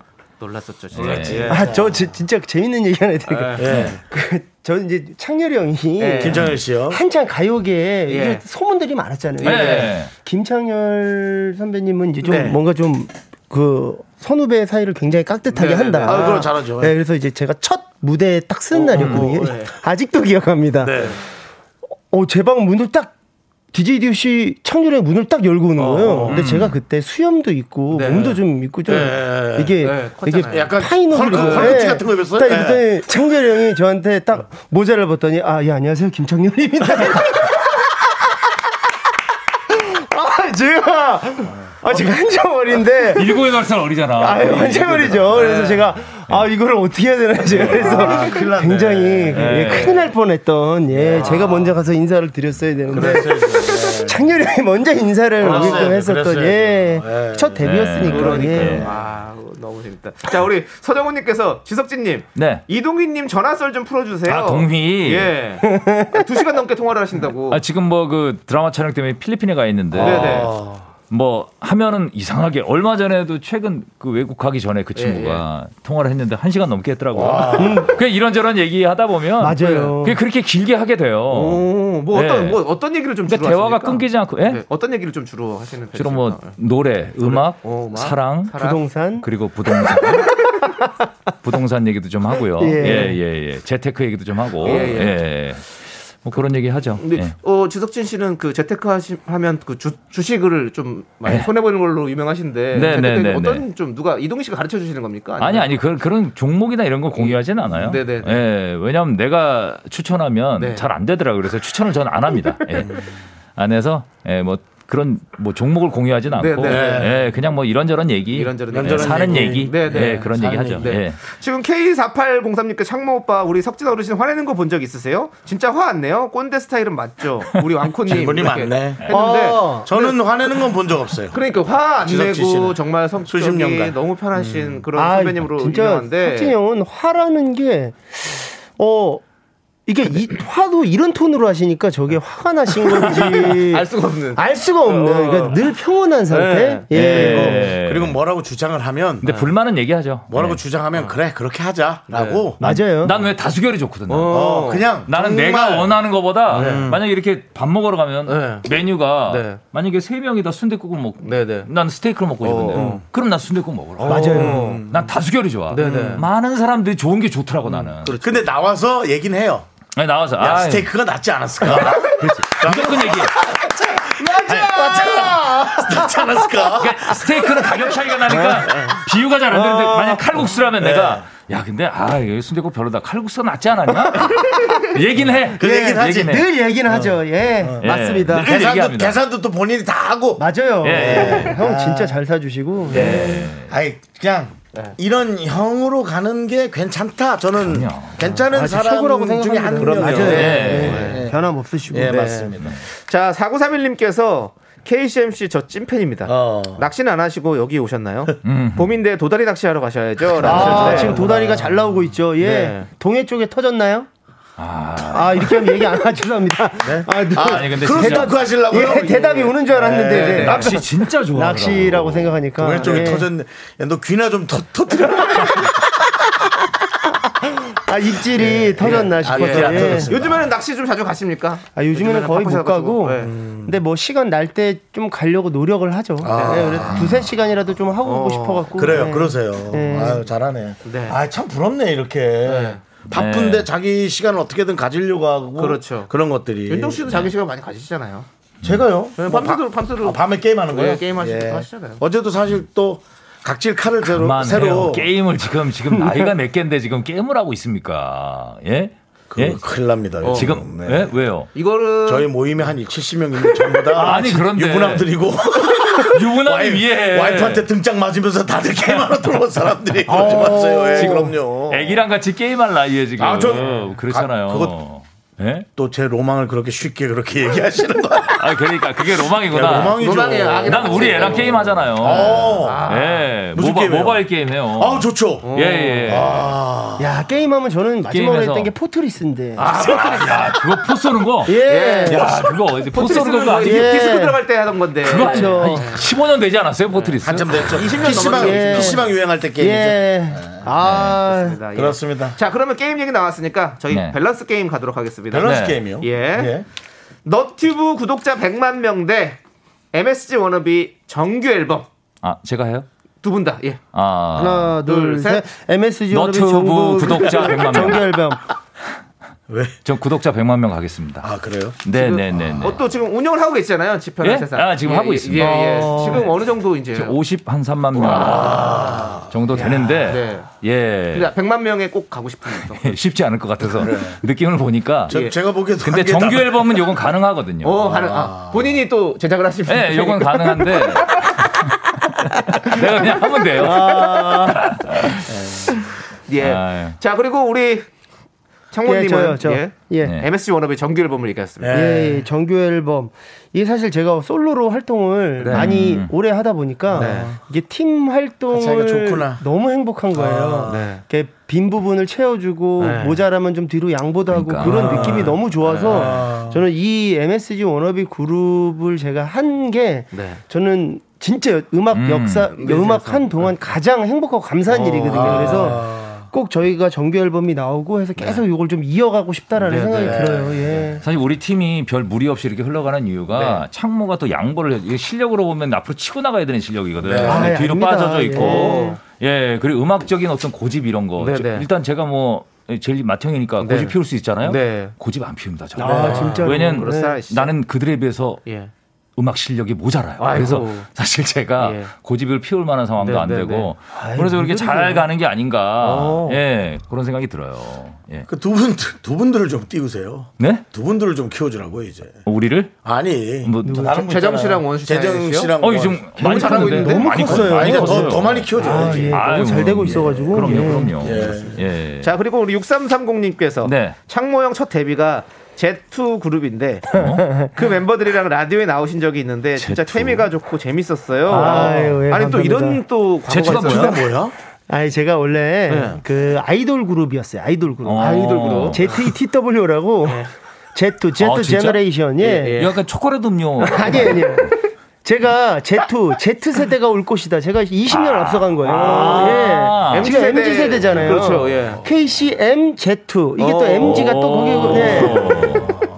놀랐었죠, 진짜.
놀랐지.
예.
아 저 진짜 재밌는 얘기 하나 드릴게요.
예.
그저 이제 창렬이 형이
예. 김창렬 씨요?
한창 가요계에
예.
이게 소문들이 많았잖아요.
네.
예.
김창렬 선배님은 이제 좀
네.
뭔가 좀 그 선후배 사이를 굉장히 깍듯하게
네네네.
한다.
아, 그럼 잘하죠.
네, 그래서 이제 제가 첫 무대에 딱 쓰는 날이었거든요.
예.
아직도 기억합니다.
네.
어, 제 방 문을 딱 DJ DOC 창렬의 문을 딱 열고 오는 거예요.
어,
근데
음.
제가 그때 수염도 있고
네.
몸도 좀 있고 좀
네.
이게
네,
이게
컸잖아요. 약간
파인
헐크- 헐크티 그 같은 거 입었어요?
딱
네.
입더니 창렬이 형이 저한테 딱 모자를 벗더니 아, 예, 안녕하세요. 김창렬입니다. 제가 아
어.
제가 한참 어린데
일곱에 살 어리잖아.
네,
네.
아유 한참 어리죠. 그래서 제가 아 이거를 어떻게 해야 되나 제가 그래서
아,
굉장히
네.
예, 큰일 날 뻔했던 예 제가 먼저 가서 인사를 드렸어야 되는데 창렬이 형이 먼저 인사를
네. 그랬어야
오게끔
돼,
했었던
그랬어야 돼.
예첫 데뷔였으니까 예.
네. 그러니까요. 아, 너무 재밌다. 자, 우리 서정훈님께서 지석진님,
네.
이동희님 전화썰 좀 풀어주세요.
아, 동희.
예. 두 시간 넘게 통화를 하신다고.
아, 지금 뭐 그 드라마 촬영 때문에 필리핀에 가 있는데.
네네.
뭐 하면은 이상하게 얼마 전에도 최근 그 외국 가기 전에 그 친구가 통화를 했는데 한 시간 넘게 했더라고요. 그냥 이런저런 얘기하다 보면 네.
맞아요.
그게 그렇게 길게 하게 돼요.
오, 뭐 어떤
네.
뭐 어떤 얘기를 좀 주로
그러니까 대화가
하십니까?
끊기지 않고 예?
네, 어떤 얘기를 좀 주로 하시는 편이세요?
주로 뭐 노래, 음악,
어, 음악,
사랑,
사랑, 부동산.
그리고 부동산. 부동산 얘기도 좀 하고요.
예.
예, 예, 예. 재테크 얘기도 좀 하고.
예,
예,
예.
뭐 그런 얘기 하죠.
근데
예.
어 지석진 씨는 그 재테크 하시, 하면 그 주, 주식을 좀 많이
네.
손해 보는 걸로 유명하신데
네,
재테크는
네, 네,
어떤 좀 누가 이동희 씨가 가르쳐 주시는 겁니까?
아니 아니 그런 그런 종목이나 이런 걸 공유하진 않아요.
네네.
예, 왜냐하면 내가 추천하면
네.
잘 안 되더라고 요 그래서 추천을 저는 안 합니다. 예. 안 해서 예, 뭐 그런 뭐 종목을 공유하진 않고
네네.
예, 그냥 뭐 이런저런 얘기,
이런저런
네.
예,
얘기.
사는
얘기.
얘기,
네네.
예, 그런
사는
얘기 하죠.
얘기. 네.
예.
지금 K4803님께 창모 오빠 우리 석진 어르신 화내는 거 본 적 있으세요? 진짜 화 안 내요? 꼰대 스타일은 맞죠? 우리 왕코님
질문이
이렇게
많네.
했는데
어, 저는
근데
화내는 건 본 적 없어요.
그러니까 화 안
지석진
내고
씨는.
정말
수십
성격이
년간. 음.
너무 편하신 그런
아,
선배님으로
진짜
유명한데
석진이 형은 화라는 게어 이게 이 화도 이런 톤으로 하시니까 저게 화가 나신 건지
알 수가 없는.
알 수가 없는 그러니까 늘 평온한
네.
상태.
예.
예.
그리고, 그리고 뭐라고 주장을 하면
아.
근데 불만은 얘기하죠. 예.
뭐라고 주장하면 그래 그렇게 하자라고
네.
맞아요.
난 왜 다수결이 좋거든요.
어, 그냥
나는
정말-
내가 원하는 것보다
네.
만약에 이렇게 밥 먹으러 가면 메뉴가 만약에 세 명이 다순댓국을 먹고
네,
난 스테이크를
어.
먹고 싶은데 그럼 난순댓국 먹으러 가.
맞아요.
난 다수결이
음.
좋아.
어.
음.
네네.
많은 사람들이 좋은 게 좋더라고 나는.
그렇죠. 근데 나와서 얘긴 해요.
아니, 나와서
야,
아이.
스테이크가 낫지 않았을까?
무조건 얘기.
낫지 않았을까?
그러니까 스테이크는 가격 차이가 나니까
네,
비유가 잘 안
어.
되는데 만약 칼국수라면 내가 야 근데 아 여기 순댓국 별로다 칼국수가 낫지 않았냐? 얘긴 해.
그 얘긴 하지.
얘긴 해.
늘 얘긴 하죠. 예.
예.
맞습니다.
늘 계산도- 얘기합니다.
계산도 또 본인이 다 하고.
맞아요.
예.
예. 형 진짜 잘 사주시고.
예. 아니 그냥
네.
이런 형으로 가는 게 괜찮다. 저는 괜찮은
아주
사람
최고라고
중에
생각합니다.
한
그럼요.
명이에요.
맞아요.
네.
예.
예. 변함없으시고.
예,
네.
맞습니다.
자, 4931님께서 KCMC 저 찐팬입니다.
어.
낚시는 안 하시고 여기 오셨나요? 봄인데 도다리 낚시하러 가셔야죠. 라고
아,
하셨는데.
지금 도다리가 잘 나오고 있죠. 예.
네.
동해 쪽에 터졌나요?
아,
이렇게 하면 얘기 안 하죠. 죄송합니다. 아, 누-
아니, 근데
그런
진짜-
토크 하시려고요?
네.
예, 대답이 오는 줄 알았는데.
예.
네.
낚시 진짜 좋아하더라고.
낚시라고 생각하니까.
그러니까,
동해
예.
쪽에 터졌네. 야, 너 귀나 좀 터, 터뜨려.
아, 입질이 터졌나 싶어서.
아,
예.
네. 아, 요즘에는 낚시 좀 자주 가십니까? 네.
아, 요즘에는 거의 못 가고. 근데 뭐 시간 날 때 좀 가려고 노력을 하죠.
아.
네, 그래서 두세 시간이라도 좀 하고 오고 싶어갖고.
예.
그래요,
네.
그러세요.
네.
아유, 잘하네. 아, 참 부럽네, 이렇게. 바쁜데
네.
자기 시간을 어떻게든 가지려고 하고.
그렇죠.
그런 것들이.
윤정 씨도 자기 시간 많이 가지시잖아요. 뭐
제가요?
네, 밤- 밤새도록 밤새도록
아, 밤에 게임하는 거예요?
네, 게임하시는 거 하시잖아요.
어제도 사실 또 각질 칼을 새로
그만해요.
새로
게임을 지금 지금 나이가 몇 갠데 지금 게임을 하고 있습니까? 예? 예?
그 큰일 납니다. 네.
어, 지금 예? 왜요?
이거를
저희 모임에 한 70명 있는 전부 다
아니, 그런데.
유부남들이고
유부남이 위해
와이프한테 등짝 맞으면서 다들 게임하러 들어온 사람들이
아,
그러지 마세요. 예,
지금
그럼요.
애기랑 같이 게임할 나이에 지금 어,
아, 저-
그렇잖아요.
아, 그거-
예?
또 제 로망을 그렇게 쉽게 그렇게 얘기하시는 거
아 그러니까 그게 로망이구나.
야, 로망이죠. 로망이에요. 아기랑
난 우리
같이
애랑
해요.
게임 하잖아요.
어.
예,
무슨
모바,
게임이에요?
모바일 게임 해요.
아우, 아, 좋죠.
예, 예.
야, 게임하면 저는 마지막으로
게임에서-
했던 게 포트리스인데.
아, 야, 그거 포 쏘는 거?
예.
야, 그거 어디 포 쏘는 거 아니에요?
디스크 들어갈 때 하던 건데. 네,
그거 아니, 15년 되지 않았어요, 포트리스?
예. 네, 한참 됐죠. 예.
20년
아, PC방,
넘었네요.
PC방 유행할 때 게임이죠.
예. 아.
예.
네.
그렇습니다.
자, 그러면 게임 얘기 나왔으니까 저희
네.
밸런스 게임 가도록 하겠습니다.
밸런스 네. 게임이요?
예. 너튜브 구독자 100만 명 대 MSG 워너비 정규 앨범
아, 제가 해요?
두 분 다. 예.
아.
하나, 둘, 셋. MSG
너튜브
워너비 정부
구독자 100만 명.
정규 앨범.
왜?
전 구독자 100만 명 가겠습니다.
아 그래요?
네네네.
어, 또 지금 운영을 하고 계시잖아요. 지표는
예?
세상.
아, 지금
예,
하고
예,
있습니다.
예, 예.
어.
지금 어느 정도 이제
50한 3만 명 정도
네.
되는데 예
100만 명에 꼭 가고 싶은 거.
쉽지 않을 것 같아서 느낌을 보니까
예.
저- 제가 보기에도
근데
한 개
정규
남았-
앨범은 요건 가능하거든요.
어, 가능. 아, 본인이 또 제작을 하시면
예, 요건 가능한데 내가 그냥 하면 돼요.
아. 예.
아유.
자 그리고 우리 창모님은
예, 저요, 저.
예.
예.
MSG 워너비 정규 앨범을 얘기했습니다.
예, 예, 정규 앨범. 이게 사실 제가 솔로로 활동을
네.
많이
음.
오래 하다 보니까
네.
이게 팀 활동을
자기가 좋구나.
너무 행복한
아,
거예요.
네.
이렇게 빈 부분을 채워주고
네.
모자라면 좀 뒤로 양보도 하고
그러니까.
그런
아.
느낌이 너무 좋아서 저는 이 MSG 워너비 그룹을 제가 한 게
네.
저는 진짜 음악
음.
역사 음악 한 동안 가장 행복하고 감사한
어.
일이거든요.
아.
그래서 꼭 저희가 정규 앨범이 나오고 해서 계속 이걸 좀 이어가고 싶다라는
네,
생각이
네.
들어요. 예.
사실 우리 팀이 별 무리 없이 이렇게 흘러가는
네.
이유가 창모가 또 양보를 해. 이게 실력으로 보면 앞으로 치고 나가야 되는 실력이거든.
네.
근데
아, 예,
뒤로
압니다.
빠져져 있고. 예. 그리고 음악적인 어떤 고집 이런 거.
네,
저-
네.
일단 제가 뭐 제일 맏형이니까
네.
고집 피울 수 있잖아요.
네.
고집 안 피웁니다. 저는.
아, 진짜로?
왜냐면 네.
그런
그렇죠.
사람이시죠? 예.
나는 그들에 비해서 음악 실력이 모자라요. 그래서
아이고.
사실 제가 고집을 피울 만한 상황도
네,
안
네,
되고
네. 아이고,
그래서
뭐.
그렇게 잘
그래요?
가는 게 아닌가.
어.
예, 그런 생각이 들어요. 예.
그 두 분, 두 분들을 좀 띄우세요.
네? 어,
두 분들을 좀 키워주라고 이제.
우리를?
아니.
뭐
다른 분
재정
있잖아요.
씨랑 원수
재정
차이시요?
씨랑. 뭐
어,
원.
요즘 많이 잘하고
컸는데.
있는데? 많이 컸어요.
아니, 그러니까 더,
컸어요.
더 많이 키워줘야지.
아, 예. 너무
아유,
잘 되고
예.
있어가지고.
그럼요,
예.
그럼요. 예.
자 그리고 우리 6330님께서 창모형 첫 데뷔가 Z2 그룹인데 그 멤버들이랑 라디오에 나오신 적이 있는데 진짜 케미가 좋고 재밌었어요.
아유, 예,
아니 또
감사합니다.
이런 또
제주가
과거가
아,
있어요.
예.
뭐야? 아니 제가 원래
네.
그 아이돌 그룹이었어요. 아이돌 그룹.
어. 아이돌 그룹.
ZETW라고
네.
Z2, Z2
아, 진짜?
제너레이션. 예.
예, 예. 약간 초콜릿 음료.
아니에요, 아니에요. 예, 제가 Z2, Z 세대가 올 것이다. 제가 20년 앞서간 거예요.
아.
예.
MZ
지금
세대.
MZ 세대잖아요.
그렇죠, 예.
KCM Z2. 이게 또
어.
MG가 또 거기 네.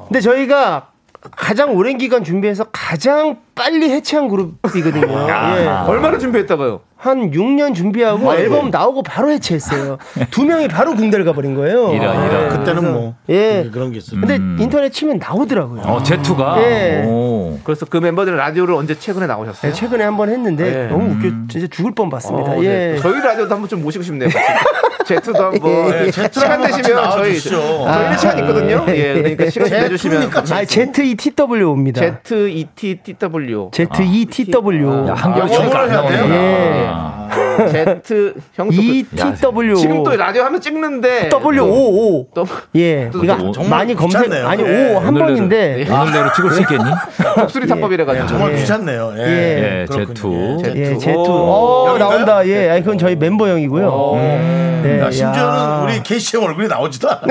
근데 저희가 가장 오랜 기간 준비해서 가장 빨리 해체한 그룹이거든요. 예.
얼마나 준비했다고요?
한 6년 준비하고
아이고.
앨범 나오고 바로 해체했어요. 두 명이 바로 군대를 가버린 거예요.
이런, 이런.
그때는 뭐.
예.
그런 게 있어요.
근데
음.
인터넷 치면 나오더라고요.
어, 제투가.
예.
오.
그래서 그 멤버들은 라디오를 언제 최근에 나오셨어요?
네, 최근에 한 번 했는데
예.
너무 웃겨 진짜 죽을 뻔 봤습니다.
어, 네.
예.
저희 라디오도 한번 좀 모시고 싶네요. 제트도 한번
예, 예.
시간
제트랑
아,
되시면
같이
저희
나와주시죠.
저희 시간 있거든요. 예, 그러니까 시간 좀 내주시면
아, Z2TW입니다.
Z E T T W
아.
Z2TW.
E 야, 아. 한글
아,
영어로 해야 돼요?
예. E
Z 형도
ETW.
지금 또 라디오 하면 찍는데
W55. 예.
또
이거
정말
많이 검색
귀찮네요.
아니
예.
5 한
오늘내로-
번인데
예. 오늘내로
찍을 수 있겠니?
목소리 타법이라 가지고
정말 귀찮네요. 예. 예.
예, 제투.
네,
예, Z2. 어, 나온다. 예. 아니 그건 저희 멤버 형이고요. 네,
나
야.
심지어는 우리 케이씨 형 얼굴이 나오지도 않아.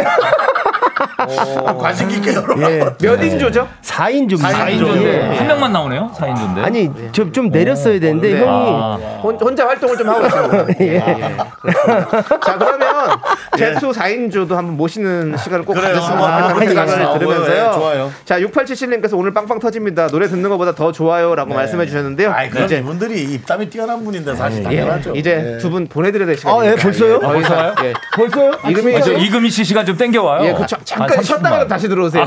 아, 관심 깊게 열어.
몇 인조죠?
예, 4인조. 예.
한 명만 나오네요. 4인조인데.
아니 좀, 좀 내렸어야 되는데
네.
형이
아.
혼- 혼자 활동을 좀 하고 있어요.
예.
자 그러면 제수 4인조도 한번 모시는 시간을 꼭
그래요.
가졌으면
한번
하는 그런
해보세요.
생각을
아,
들으면서요.
예, 좋아요.
자 6877님께서 오늘 빵빵 터집니다. 노래 듣는 것보다 더 좋아요라고 말씀해 주셨는데요.
아니, 그런 분들이 입담이 뛰어난 분인데 사실
예,
당연하죠.
이제
예.
두 분 보내드려야 될 시간입니다.
예, 벌써요? 아, 벌써요?
예.
벌써요?
이름이
아, 저 이금희 씨 시간 좀 땡겨와요. 아,
예, 그 자- 잠깐 쉬었다가 다시 들어오세요.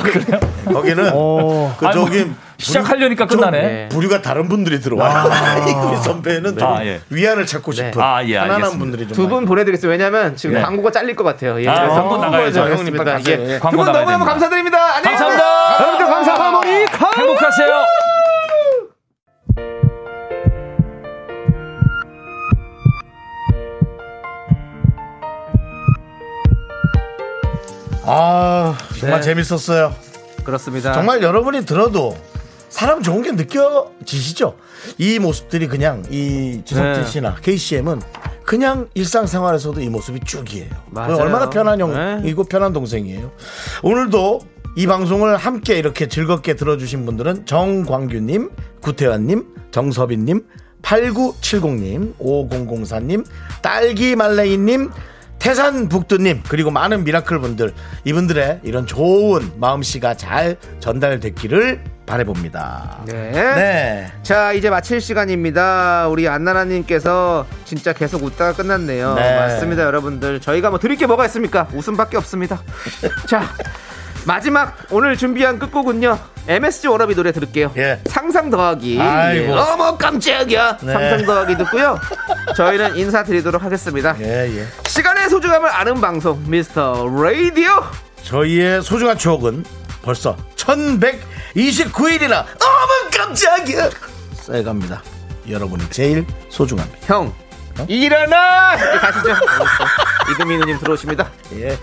예. 거기는
어.
그
아니, 뭐,
저기
시작하려니까
좀
끝나네.
예.
부류가 다른 분들이 들어와요.
아.
이금희
네.
선배는 좀
아, 예.
위안을 찾고
네.
싶은
아, 예,
편안한 분들이 좀
두 분 보내드리겠습니다. 왜냐하면 지금
네.
광고가 잘릴 것 같아요. 예,
아,
그래서
광고
홍보를
나가야죠.
좀
형님
하겠습니다.
빨리 가세요.
예.
예.
두분
광고 나가야
너무너무
됩니다.
감사드립니다. 안녕히
감사합니다.
가세요.
여러분들
감사합니다.
행복하세요.
아 정말
네. 아.
재밌었어요.
그렇습니다.
정말 여러분이 들어도 사람 좋은 게 느껴지시죠? 이 모습들이 그냥 이 지석진
네.
씨나 KCM은 그냥 일상생활에서도 이 모습이 쭉이에요.
맞아요. 네.
얼마나 편한 형이고 편한 동생이에요. 오늘도 이 방송을 함께 이렇게 즐겁게 들어주신 분들은 정광규님, 구태환님, 정서빈님, 8970님, 5004님, 딸기말레이님, 태산북두님, 그리고 많은 미라클 분들, 이분들의 이런 좋은 마음씨가 잘 전달됐기를 바래봅니다.
네. 자, 이제 마칠 시간입니다. 우리 안나라님께서 진짜 계속 웃다가 끝났네요.
네.
맞습니다, 여러분들. 저희가 뭐 드릴 게 뭐가 있습니까? 웃음밖에 없습니다. 자, 마지막 오늘 준비한 끝곡은요. MSG 워너비 노래 들을게요. 상상 더하기.
예. 아이고.
예. 어머 깜짝이야.
네.
상상 더하기 듣고요. 저희는 인사드리도록 하겠습니다.
예.
시간의 소중함을 아는 방송 미스터 라디오.
저희의 소중한 추억은 벌써 1129일이나 어머 깜짝이야 쌓여갑니다. 여러분이 제일 소중합니다.
형, 일어나! 이제 가시죠. 이금희 누님 들어오십니다.
예.